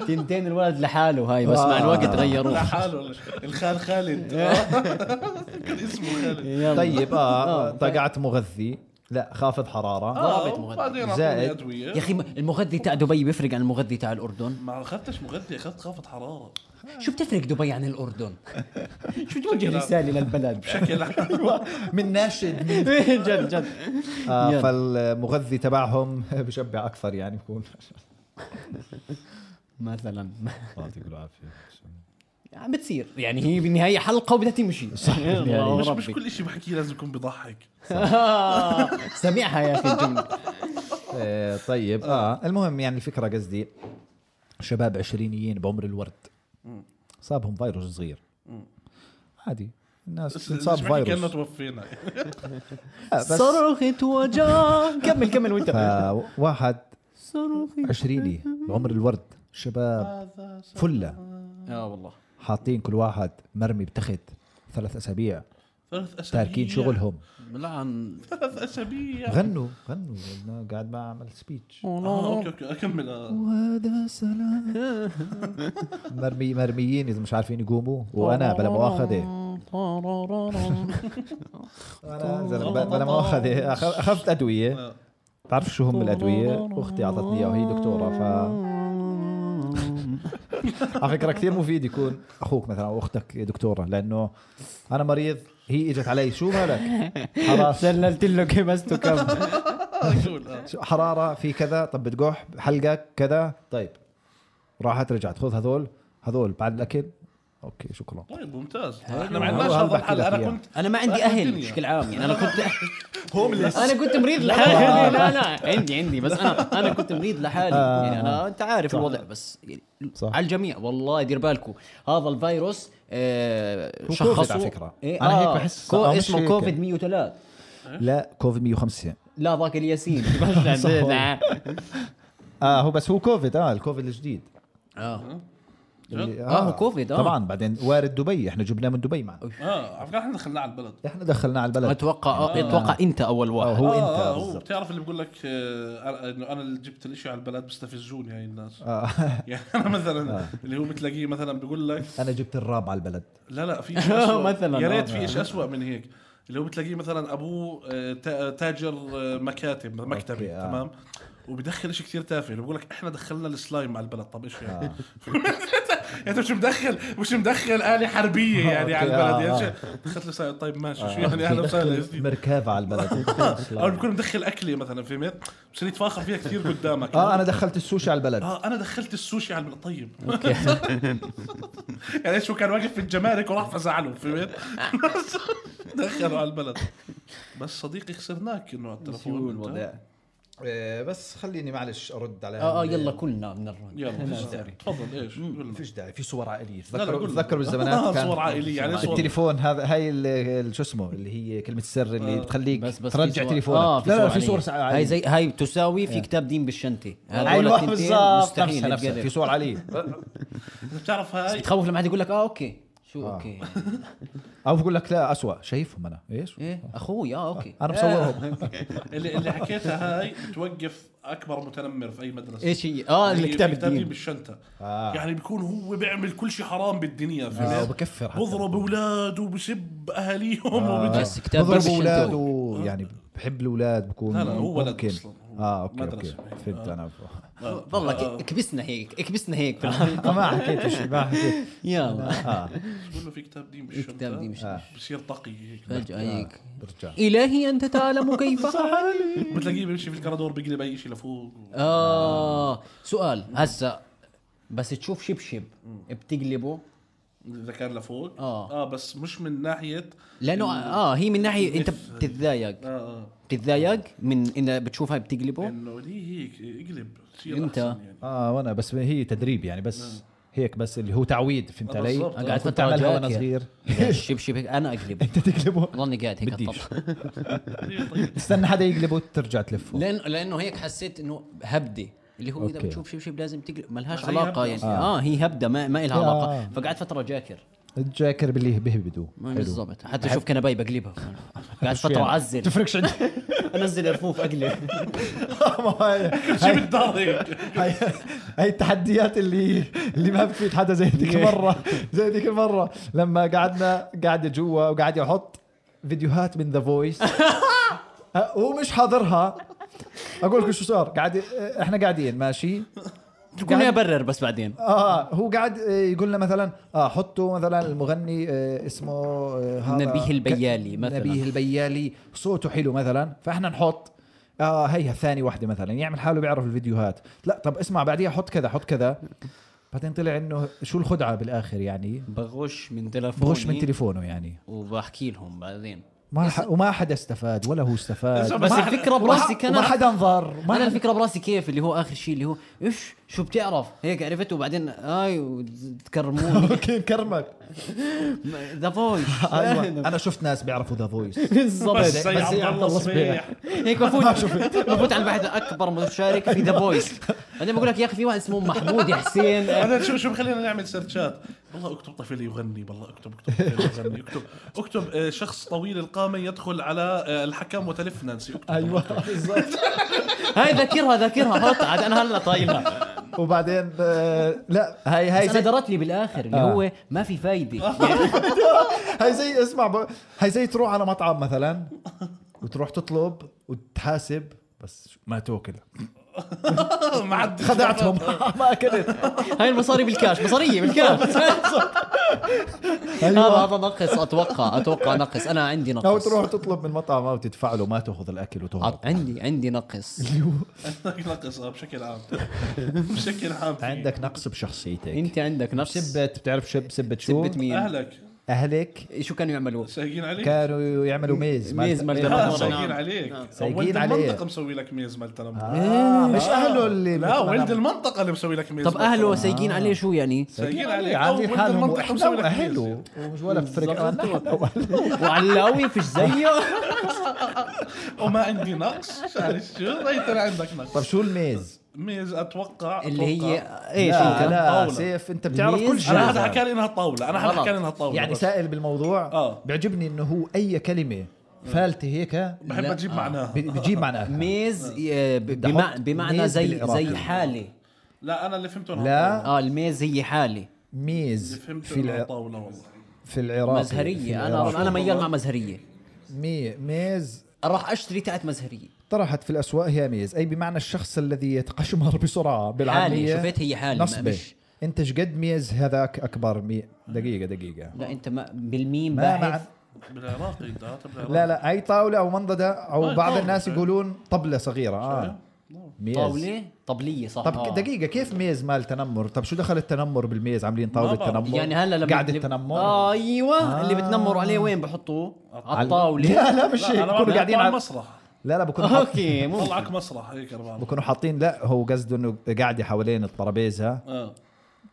S2: تنتين الولد لحاله هاي بس
S1: آه.
S2: مع الوقت غيروه
S3: لحاله الخال [laughs] خالد آه. كان اسمه خالد
S2: [laughs] يلا.
S1: طيب اه طقعت آه، مغذي لا خافض حراره
S3: آه،
S2: ضربت مغذي.
S3: وبعدين اعطوني
S1: زائد.
S3: ادويه
S2: يا اخي المغذي تاع دبي بيفرق عن المغذي تاع الاردن
S3: ما اخذتش مغذي اخذت خافض حراره
S2: شو بتفرق دبي عن الاردن شو بتوجه رساله [laughs] للبلد
S3: بشكل عام
S1: من ناشد
S2: جد جد
S1: آه
S2: يلا.
S1: فالمغذي تبعهم [laughs] بشبع اكثر يعني بكون
S2: مثلا
S1: يعطيك العافيه
S2: عم بتصير يعني هي بالنهايه حلقه وبدها تمشي صح الله
S3: يعني [laughs] مش مش
S2: ربي
S3: كل شيء بحكيه لازم يكون بضحك
S2: سمعها يا اخي [laughs] الجمله
S1: آه طيب اه المهم يعني الفكره قصدي شباب عشرينيين بعمر الورد صابهم فيروس صغير عادي الناس
S3: بس
S1: تنصاب
S3: مش بحكي كانه
S1: فيروس
S3: توفينا [laughs]
S1: آه بس
S2: صرخت وجع كمل كمل وانت
S1: فواحد
S2: صرخت
S1: عشريني بعمر الورد شباب
S3: هذا
S1: فله
S2: اه والله
S1: حاطين كل واحد مرمي بتخت ثلاث اسابيع
S3: ثلاث اسابيع
S1: تاركين شغلهم
S2: لعن
S3: ثلاث اسابيع
S1: غنوا غنوا أنا قاعد بعمل سبيتش
S3: اه اوكي اوكي اكمل آه.
S1: وهذا سلام مرمي مرميين اذا مش عارفين يقوموا وانا بلا
S2: [laughs]
S1: مؤاخذه انا زلمة ب- بلا مؤاخذه أخ- اخذت ادويه تعرف شو هم الادويه اختي اعطتني اياها وهي دكتوره ف على فكره كثير مفيد يكون اخوك مثلا او اختك دكتوره لانه انا مريض هي اجت علي شو مالك خلاص
S2: سللت له كبسته كم
S3: قول، آه.
S1: شو- حراره في كذا طب بتقح حلقك كذا طيب راحت رجعت خذ هذول هذول بعد الاكل اوكي شكرا
S3: طيب ممتاز احنا ما
S1: هذا
S3: عندناش
S1: هذا
S3: هذا
S1: بحكي
S3: الحل
S1: لك
S3: انا
S1: إياه.
S3: كنت
S2: انا ما عندي
S3: أهل
S2: اهل
S3: الدنيا.
S2: بشكل عام يعني انا كنت هومليس انا كنت مريض لحالي لا لا عندي عندي بس انا انا كنت مريض لحالي يعني انا انت عارف الوضع بس يعني
S1: آه. صح.
S2: على الجميع والله دير بالكم هذا الفيروس آه
S1: هو
S2: شخصوا
S1: كوفيد على فكرة.
S2: إيه
S1: أنا
S2: انا
S1: هيك
S2: هيك
S1: بحس.
S2: بحس كو
S1: آه، مش
S2: اسمه
S1: هيك.
S2: كوفيد 103
S1: لا كوفيد 105
S2: لا
S1: [laughs]
S2: ذاك الياسين
S1: صح والله. اه هو بس هو كوفيد اه الكوفيد الجديد
S2: اه
S1: اللي-
S2: آه، هو كوفيد، آه.
S1: طبعا بعدين وارد دبي احنا جبناه من دبي معنا
S3: اه على فكره احنا دخلناه على البلد
S1: احنا دخلناه على البلد
S2: اتوقع آه. اتوقع انت اول
S1: آه،
S2: واحد
S1: هو
S3: آه،
S1: انت
S3: آه، هو
S1: بالضبط.
S3: بتعرف اللي بقول لك آه، انه انا اللي جبت الاشي على البلد بستفزوني هاي الناس
S1: آه.
S3: [laughs] يعني انا مثلا اللي هو بتلاقيه مثلا بقول لك
S1: انا جبت الراب على البلد
S3: لا
S1: [laughs]
S3: لا في شيء أسوأ
S2: مثلاً،
S3: يا ريت
S2: آه.
S3: في شيء اسوء من هيك اللي هو بتلاقيه مثلا ابوه آه، تا- تاجر آه، مكاتب مكتبي
S1: أوكي، آه.
S3: تمام وبدخل شيء كثير تافه اللي بقول لك احنا دخلنا السلايم على البلد طب ايش
S1: آه.
S3: [laughs] يعني؟ انت مش مدخل مش مدخل آلة
S1: [laughs]
S3: حربية يعني على
S1: أوكي،
S3: البلد
S1: آه،
S3: يعني شو- دخلت السلايم طيب ماشي شو يعني
S1: بدخل
S3: اهلا وسهلا
S1: [laughs]
S3: يا سيدي.
S1: مركافه على
S3: [laughs]
S1: البلد
S3: او بكون مدخل اكلي مثلا فهمت؟ بصير يتفاخر فيها كثير
S1: [laughs]
S3: قدامك
S1: اه انا دخلت السوشي على البلد
S3: اه انا دخلت السوشي على البلد طيب [laughs] يعني شو كان واقف في الجمارك وراح فزعله فهمت [laughs] دخلوا على البلد بس صديقي خسرناك انه على التليفون أنت.
S1: آه، بس خليني معلش ارد على
S2: اه اه يلا كلنا بنرن
S3: يلا فيش داعي. تفضل ايش قول لنا.
S1: فيش داعي في صور عائليه
S3: لا، لا،
S1: تذكروا
S3: قول.
S1: تذكروا
S3: آه،
S1: بالزمانات كان
S3: صور عائليه يعني صور
S1: التليفون هذا هاي ال- ال- شو اسمه اللي هي كلمه السر اللي بتخليك
S2: بس بس في
S1: ترجع
S2: صور-
S1: تليفونك
S2: اه
S1: لا لا في
S2: عينية.
S1: صور سع-
S2: هاي زي هاي تساوي
S1: آه.
S2: في كتاب دين بالشنطه هذول
S1: ايوه
S2: التنتين
S1: بالظبط نفسها
S2: مستحيل
S1: نفسها
S2: يتقرب.
S1: في صور عليه
S3: إذا بتعرف هاي
S2: تخوف لما حد يقول لك اه اوكي
S1: آه.
S2: شو اوكي
S1: او بقول لك لا اسوء شايفهم انا ايش
S2: ايه اخوي اه اوكي
S1: انا
S2: آه.
S1: مصورهم
S3: اللي, اللي حكيتها هاي بتوقف اكبر متنمر في اي مدرسه
S2: ايش هي اه
S3: اللي
S2: الكتاب
S3: بيترجم
S2: الدين
S3: بالشنطه
S1: آه.
S3: يعني بيكون هو بيعمل كل شيء حرام بالدنيا
S1: آه،
S3: فهمت
S1: وبكفر حتى.
S3: بضرب اولاده وبسب اهاليهم وبج-
S2: بس كتاب
S1: بضرب
S2: بس
S1: اولاده
S2: شنطة.
S1: يعني بحب الاولاد بكون
S3: لا، لا، هو ولد
S1: ممكن.
S3: أصلاً. هو
S1: اه اوكي اوكي
S3: مدرسة.
S1: فهمت انا
S3: آه.
S2: ضلك اكبسنا هيك اكبسنا هيك
S1: آه، [laughs] ما حكيت شيء ما حكيت
S2: يلا
S1: اه
S3: بقول له في كتاب دين
S2: إيه
S3: بالشنطه
S2: كتاب
S1: آه.
S2: دين بالشنطة.
S3: بصير تقي هيك
S2: فجأة هيك
S1: برجع
S2: إلهي أنت تعلم كيف حالي
S3: بتلاقيه بيمشي في الكرادور بيقلب اي شيء لفوق
S2: آه سؤال هسا بس تشوف شبشب بتقلبه
S3: اذا كان لفوق
S2: آه.
S3: اه بس مش من ناحيه
S2: لأنه آه هي من ناحية أنت بتتضايق
S3: آه، اه
S2: بتتضايق من إن بتشوفها
S1: [laughs]
S2: بتقلبه
S3: انه ليه هيك اقلب صير
S2: أنت.
S3: أحسن يعني
S1: اه وانا بس هي تدريب يعني بس هيك بس اللي هو تعويد فهمت
S3: آه،
S1: علي؟
S3: بالضبط.
S1: أنا
S2: أنا قاعد
S1: كنت
S2: فترة
S1: اعملها وانا
S2: جاكية.
S1: صغير [laughs]
S2: إذا الشبشب هيك أنا أقلبه
S1: انت [laughs] تقلبه
S2: ضلني قاعد هيك
S1: بديش.
S2: أطبطب.
S3: ليه طيب
S1: طيب، استنى حدا يقلبه ترجع تلفه
S2: لأن لأنه هيك حسيت إنه هبدة اللي هو إذا
S1: أوكي.
S2: بتشوف شبشب لازم تقلب ملهاش
S3: بس هي هبدة
S2: علاقة يعني آه. هي هبدة ما, ما إلها
S1: آه.
S2: علاقة فقعدت فترة جاكر
S1: الجاكر باللي بهبدوا
S2: بالضبط حتى اشوف
S1: [laughs]
S2: كنباي بقلبها قاعد
S1: يعني.
S2: فتره اعزل
S1: تفرقش [laughs] عندي
S2: انزل
S1: [laughs]
S2: رفوف اقلب
S3: شو بالدار هيك
S1: هاي هاي التحديات اللي اللي ما بتفيد حدا زي ذيك المره زي ذيك المره [laughs] لما قعدنا قاعده جوا وقاعد يحط فيديوهات من ذا فويس أه، هو مش حاضرها اقول لك شو صار قاعد احنا قاعدين ماشي
S2: تكون ابرر بس بعدين
S1: اه هو قاعد آه، يقول لنا مثلا اه حطوا مثلا المغني آه، اسمه آه، هذا
S2: نبيه
S1: ك-
S2: البيالي مثلاً.
S1: نبيه البيالي صوته حلو مثلا فاحنا نحط اه هيها ثاني واحده مثلا يعمل حاله بيعرف الفيديوهات لا طب اسمع بعديها حط كذا حط كذا بعدين طلع انه شو الخدعه بالاخر يعني
S2: بغش من تلفوني
S1: بغش من تليفونه يعني
S2: وبحكي لهم بعدين
S1: ما ح... وما حدا استفاد ولا هو استفاد
S3: طب
S2: بس
S3: ما-
S2: الفكره
S1: وما,
S2: براسي
S1: ح...
S2: كانت
S1: وما حدا انظر ما
S2: انا
S1: حدا [laughs]
S2: الفكره براسي كيف اللي هو اخر شيء اللي هو ايش شو بتعرف هيك عرفت وبعدين اي وتكرموني [laughs]
S1: اوكي كرمك
S2: ذا فويس
S1: [laughs] ايوه
S2: أيوة.
S1: انا شفت ناس بيعرفوا ذا فويس
S2: [laughs] بالضبط
S3: بس زي
S1: بس
S3: عبد
S1: زي عبد
S3: الله
S1: الله
S3: صبيح
S2: هيك بفوت بفوت على البحث اكبر مشارك في ذا فويس بعدين بقول لك يا اخي في واحد اسمه محمود يا حسين
S3: انا شو شو خلينا نعمل سيرشات والله اكتب طفل يغني والله اكتب اكتب طفل يغني اكتب اكتب آه، شخص طويل القامه يدخل على آه، الحكم وتلف نانسي اكتب
S1: ايوه [laughs] بالظبط
S2: هاي ذاكرها ذاكرها حط عاد انا هلا طايلها
S1: وبعدين آه، لا هاي هاي
S2: بس انا
S1: زي
S2: درت لي بالاخر اللي
S1: آه.
S2: هو ما في فايده
S1: [laughs] هاي زي اسمع ب... هاي زي تروح على مطعم مثلا وتروح تطلب وتحاسب بس شو- ما توكل
S3: [laughs] ما عاد
S1: [laughs]
S3: [laughs]
S1: خدعتهم ما اكلت
S2: هاي المصاري بالكاش مصاريه بالكاش [laughs] هذا
S1: ايوه
S2: هذا نقص اتوقع اتوقع نقص انا عندي نقص
S1: او تروح تطلب من مطعم او تدفع له ما تاخذ الاكل وتهرب
S2: عط- عندي عندي نقص
S3: [laughs] عندك نقص آه، بشكل
S1: [laughs]
S3: عام بشكل عام في.
S1: عندك نقص بشخصيتك
S2: انت عندك نقص
S1: سبت بتعرف شب سبت شو
S2: سبت مين إيه،
S3: اهلك
S1: اهلك
S2: شو كانوا يعملوا
S3: سايقين عليك
S1: كانوا يعملوا ميز إيه، مال-
S2: ميز مال
S3: آه،
S2: دمار.
S3: سايقين
S2: نعم.
S3: عليك
S1: سايقين
S3: ولد
S1: عليك.
S3: المنطقه مسوي لك ميز مال تنمر
S1: آه، مش اهله اللي
S3: لا
S1: مثلاً
S3: ولد
S1: عم-
S3: المنطقه اللي مسوي لك ميز
S2: طب
S3: مال
S2: اهله
S3: تنمر.
S1: آه.
S2: سايقين عليه شو يعني
S3: سايقين عليك أو
S1: عاملين
S3: ولد
S1: حالهم
S3: المنطقه مسوي لك ميز
S1: اهله ومش ولا فرق
S2: وعلاوي فيش زيه
S3: وما عندي نقص شايف شو ريت انا عندك نقص
S1: طب شو الميز؟
S3: ميز اتوقع
S2: اللي هي إيه،
S3: أتوقع.
S2: ايش
S1: لا,
S2: انت
S1: لا
S3: طاولة.
S1: سيف انت بتعرف كل
S2: الميز؟
S1: شيء
S3: انا هذا حكى لي انها طاوله انا هذا
S2: غلط.
S3: حكى لي انها طاوله
S1: يعني
S3: بس.
S1: سائل بالموضوع
S3: آه.
S1: بيعجبني انه هو اي كلمه فالته هيك ب-
S3: بحب اجيب معناها
S1: بجيب معناها
S2: ميز آه، ب- بمع- بمعنى
S1: ميز يعني.
S2: زي
S1: بالعراقي.
S2: زي حاله
S3: لا انا اللي فهمته انها طاولة.
S1: لا
S2: اه الميز هي حاله
S1: ميز
S3: اللي فهمته
S1: في
S3: انها
S1: الع...
S3: طاوله والله
S1: في العراق
S2: مزهريه انا انا ميال مع مزهريه
S1: مي... ميز
S2: راح اشتري تاعت مزهريه
S1: طرحت في الاسواق هي ميز اي بمعنى الشخص الذي يتقشمر [laughs] بسرعه بالعاميه
S2: حالي، شفت هي حالي، ما-
S1: نصبه
S2: مش-
S1: انت شقد ميز هذاك اكبر مي... دقيقه دقيقه
S2: لا انت ما بالميم
S1: ما مع...
S2: باحث
S3: بالعراقي دعاتها بالعراقي
S1: لا لا اي طاوله او منضده او
S2: آه،
S3: أي
S1: بعض
S3: طاولة.
S1: الناس يقولون طبله صغيره اه ميز
S2: طاوله طبليه صح
S1: طب
S2: آه.
S1: دقيقة كيف ميز مال تنمر؟ طب شو دخل التنمر بالميز عاملين
S3: ما
S1: طاولة
S3: بعرف.
S1: تنمر؟
S2: يعني هلا لما
S1: قاعدة
S2: اللي-
S1: تنمر
S2: آه ايوه آه. اللي بتنمروا عليه وين بحطوه؟ على الطاوله
S1: لا [laughs] لا مش هيك
S3: لا انا
S1: بكونوا قاعدين على
S3: مسرح
S1: لا لا بكونوا حاط...
S2: اوكي مو
S3: طلعك مسرح إيه، هيك اربعه
S1: بكونوا حاطين لا هو قصده انه قاعدة حوالين الترابيزة
S3: اه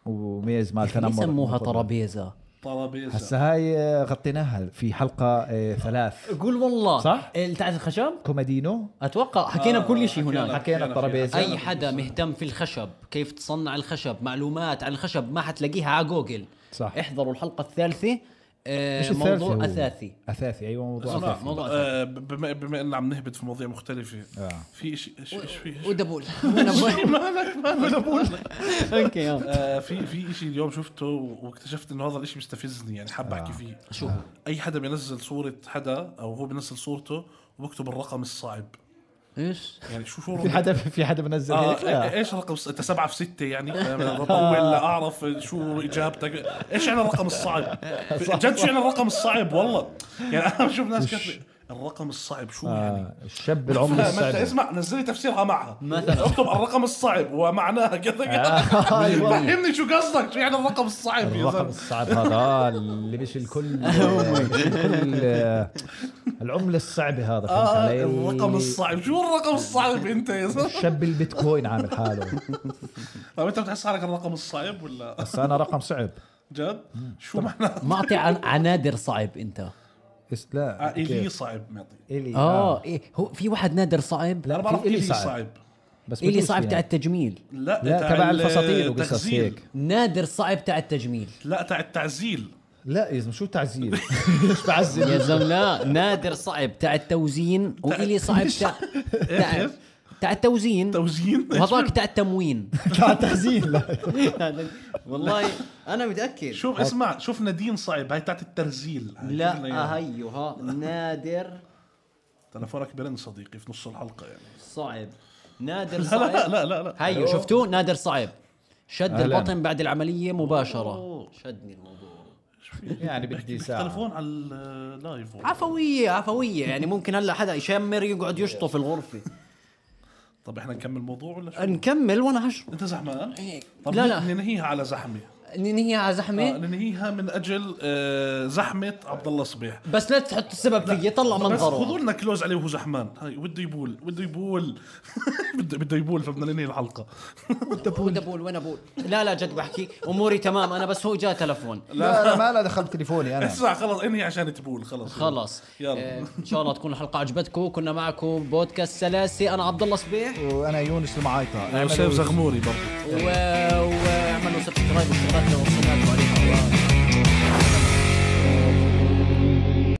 S1: وميز مال
S2: ليه
S1: تنمر
S2: سموها طرابيزه
S3: طرابيزه
S1: هسا هاي آه، غطيناها في حلقة آه، ثلاث
S2: قول والله
S1: صح؟
S2: اللي تاعت الخشب
S1: كومادينو
S2: اتوقع حكينا
S3: آه،
S2: كل شيء هناك
S3: حكينا.
S1: حكينا الطرابيزة
S2: اي حدا مهتم في الخشب كيف تصنع الخشب معلومات عن الخشب ما حتلاقيها على جوجل
S1: صح.
S2: احضروا الحلقه الثالثه آه،
S1: مش الثالثة
S2: موضوع
S1: هو.
S2: [laughs] اثاثي
S1: اثاثي ايوه موضوع
S2: اسمع،
S1: اثاثي
S2: موضوع اثاثي
S3: آه، بما بما ان عم نهبط في مواضيع مختلفه
S1: آه.
S3: في شيء ايش ايش في إيش-
S2: ودبول ودبول. اوكي يلا.
S3: آه، في في شيء اليوم شفته واكتشفت انه هذا الشيء مستفزني يعني حاب
S1: آه.
S3: احكي فيه
S2: شو
S3: اي حدا بينزل صوره حدا او هو بينزل صورته وبكتب الرقم الصعب
S2: ايش
S3: يعني
S1: [laughs]
S3: شو شو
S1: في حدا في حدا بنزل
S3: آه
S1: هيك لا.
S3: إيه- ايش رقم انت سبعة في ستة يعني أنا بطول لاعرف شو اجابتك ايش يعني الرقم
S1: [laughs]
S3: الصعب جد شو يعني الرقم الصعب والله يعني انا بشوف ناس كاتبه الرقم الصعب شو يعني
S1: آه، الشاب العمر
S3: ما انت
S1: الصعب
S3: اسمع نزل لي تفسيرها معها مثلا اكتب الرقم الصعب ومعناها كذا كذا [laughs]
S1: [laughs]
S3: فهمني شو قصدك شو يعني الرقم الصعب
S1: آه.
S3: يا
S1: أيوة. الرقم
S3: زلمه
S1: الصعب هذا آه، اللي مش الكل [laughs] مش الكل آه، العملة الصعبة هذا فهمت
S3: آه،
S1: علي؟
S3: الرقم الصعب شو الرقم
S1: [laughs]
S3: الصعب انت يا زلمه
S1: الشاب البيتكوين عامل حاله
S3: طب انت طيب، بتحس حالك الرقم الصعب ولا
S1: بس انا رقم صعب
S3: جد شو معناها
S2: معطي عن- عنادر صعب انت
S1: بس لا
S3: الي
S1: كيف؟
S3: آه،
S1: آه،
S3: صعب معطي
S1: الي
S2: اه ايه هو في واحد نادر صعب إيه
S1: لا
S3: انا
S1: بعرف
S3: بعرف
S1: الي
S3: الي
S1: صعب
S3: صعب
S1: بس
S2: اللي
S1: بجوز
S2: صعب
S1: فينا.
S2: تاع التجميل
S3: لا
S1: لا تبع
S3: ال-
S1: الفساتين وقصص
S3: التغزيل.
S1: هيك
S2: نادر صعب تاع التجميل
S3: لا تاع التعزيل
S1: لا يا زلمه شو تعزيل ليش بعزل
S2: يا
S1: [laughs]
S2: زلمه لا نادر صعب تاع التوزين والي صعب [laughs] تاع تاع- تاع [laughs] التوزين
S3: توزين
S2: وهذاك تاع [laughs] التموين
S1: لا تعزيل لا
S2: والله انا متاكد
S3: شوف اسمع شوف
S2: آه،
S3: نادين صعب هاي تاعت الترزيل هاي
S2: لا
S3: [laughs] قلنا إياها.
S2: هيو ها نادر
S3: تلفونك برن صديقي في نص الحلقه يعني [laughs]
S2: صعب نادر
S3: لا لا أيوه.
S2: صعب
S3: لا لا لا
S2: هيو شفتوه نادر صعب شد
S1: أهلاً.
S2: البطن بعد العمليه مباشره شدني الموضوع
S1: يعني بدي ساعه
S3: تلفون على اللايف والله.
S2: عفويه عفويه يعني ممكن هلا حدا يشمر يقعد
S3: [laughs]
S2: يشطف الغرفه
S3: طب احنا نكمل الموضوع ولا شو؟
S2: نكمل وانا هشرب
S3: انت زحمان؟ طب
S2: لا،
S3: لا
S2: لا.
S3: لا ننهيها على زحمه
S2: ننهي على
S3: آه،
S2: زحمه
S3: ننهيها من اجل آه، زحمه عبد الله صبيح
S2: بس لا تحط السبب فيي طلع
S3: بس خذوا
S2: منظره
S3: لنا كلوز عليه وهو زحمان هاي بده يبول بده يبول [laughs] بده بده يبول فبدنا ننهي الحلقه
S2: وين ابول وين ابول لا لا جد بحكي اموري تمام انا بس هو جاء تلفون
S1: لا انا ما لا دخلت تليفوني [laughs] انا
S3: اسمع خلص انهي عشان تبول خلص
S2: خلص
S3: يلا.
S2: آه، ان شاء الله تكون الحلقه عجبتكم كنا معكم بودكاست سلاسي انا عبد الله صبيح
S1: وانا يونس المعايطه
S3: انا
S1: اعملوا-
S3: شايف زغموري برضه
S2: و- واعملوا سبسكرايب وشغلاتنا وصلاتكم عليها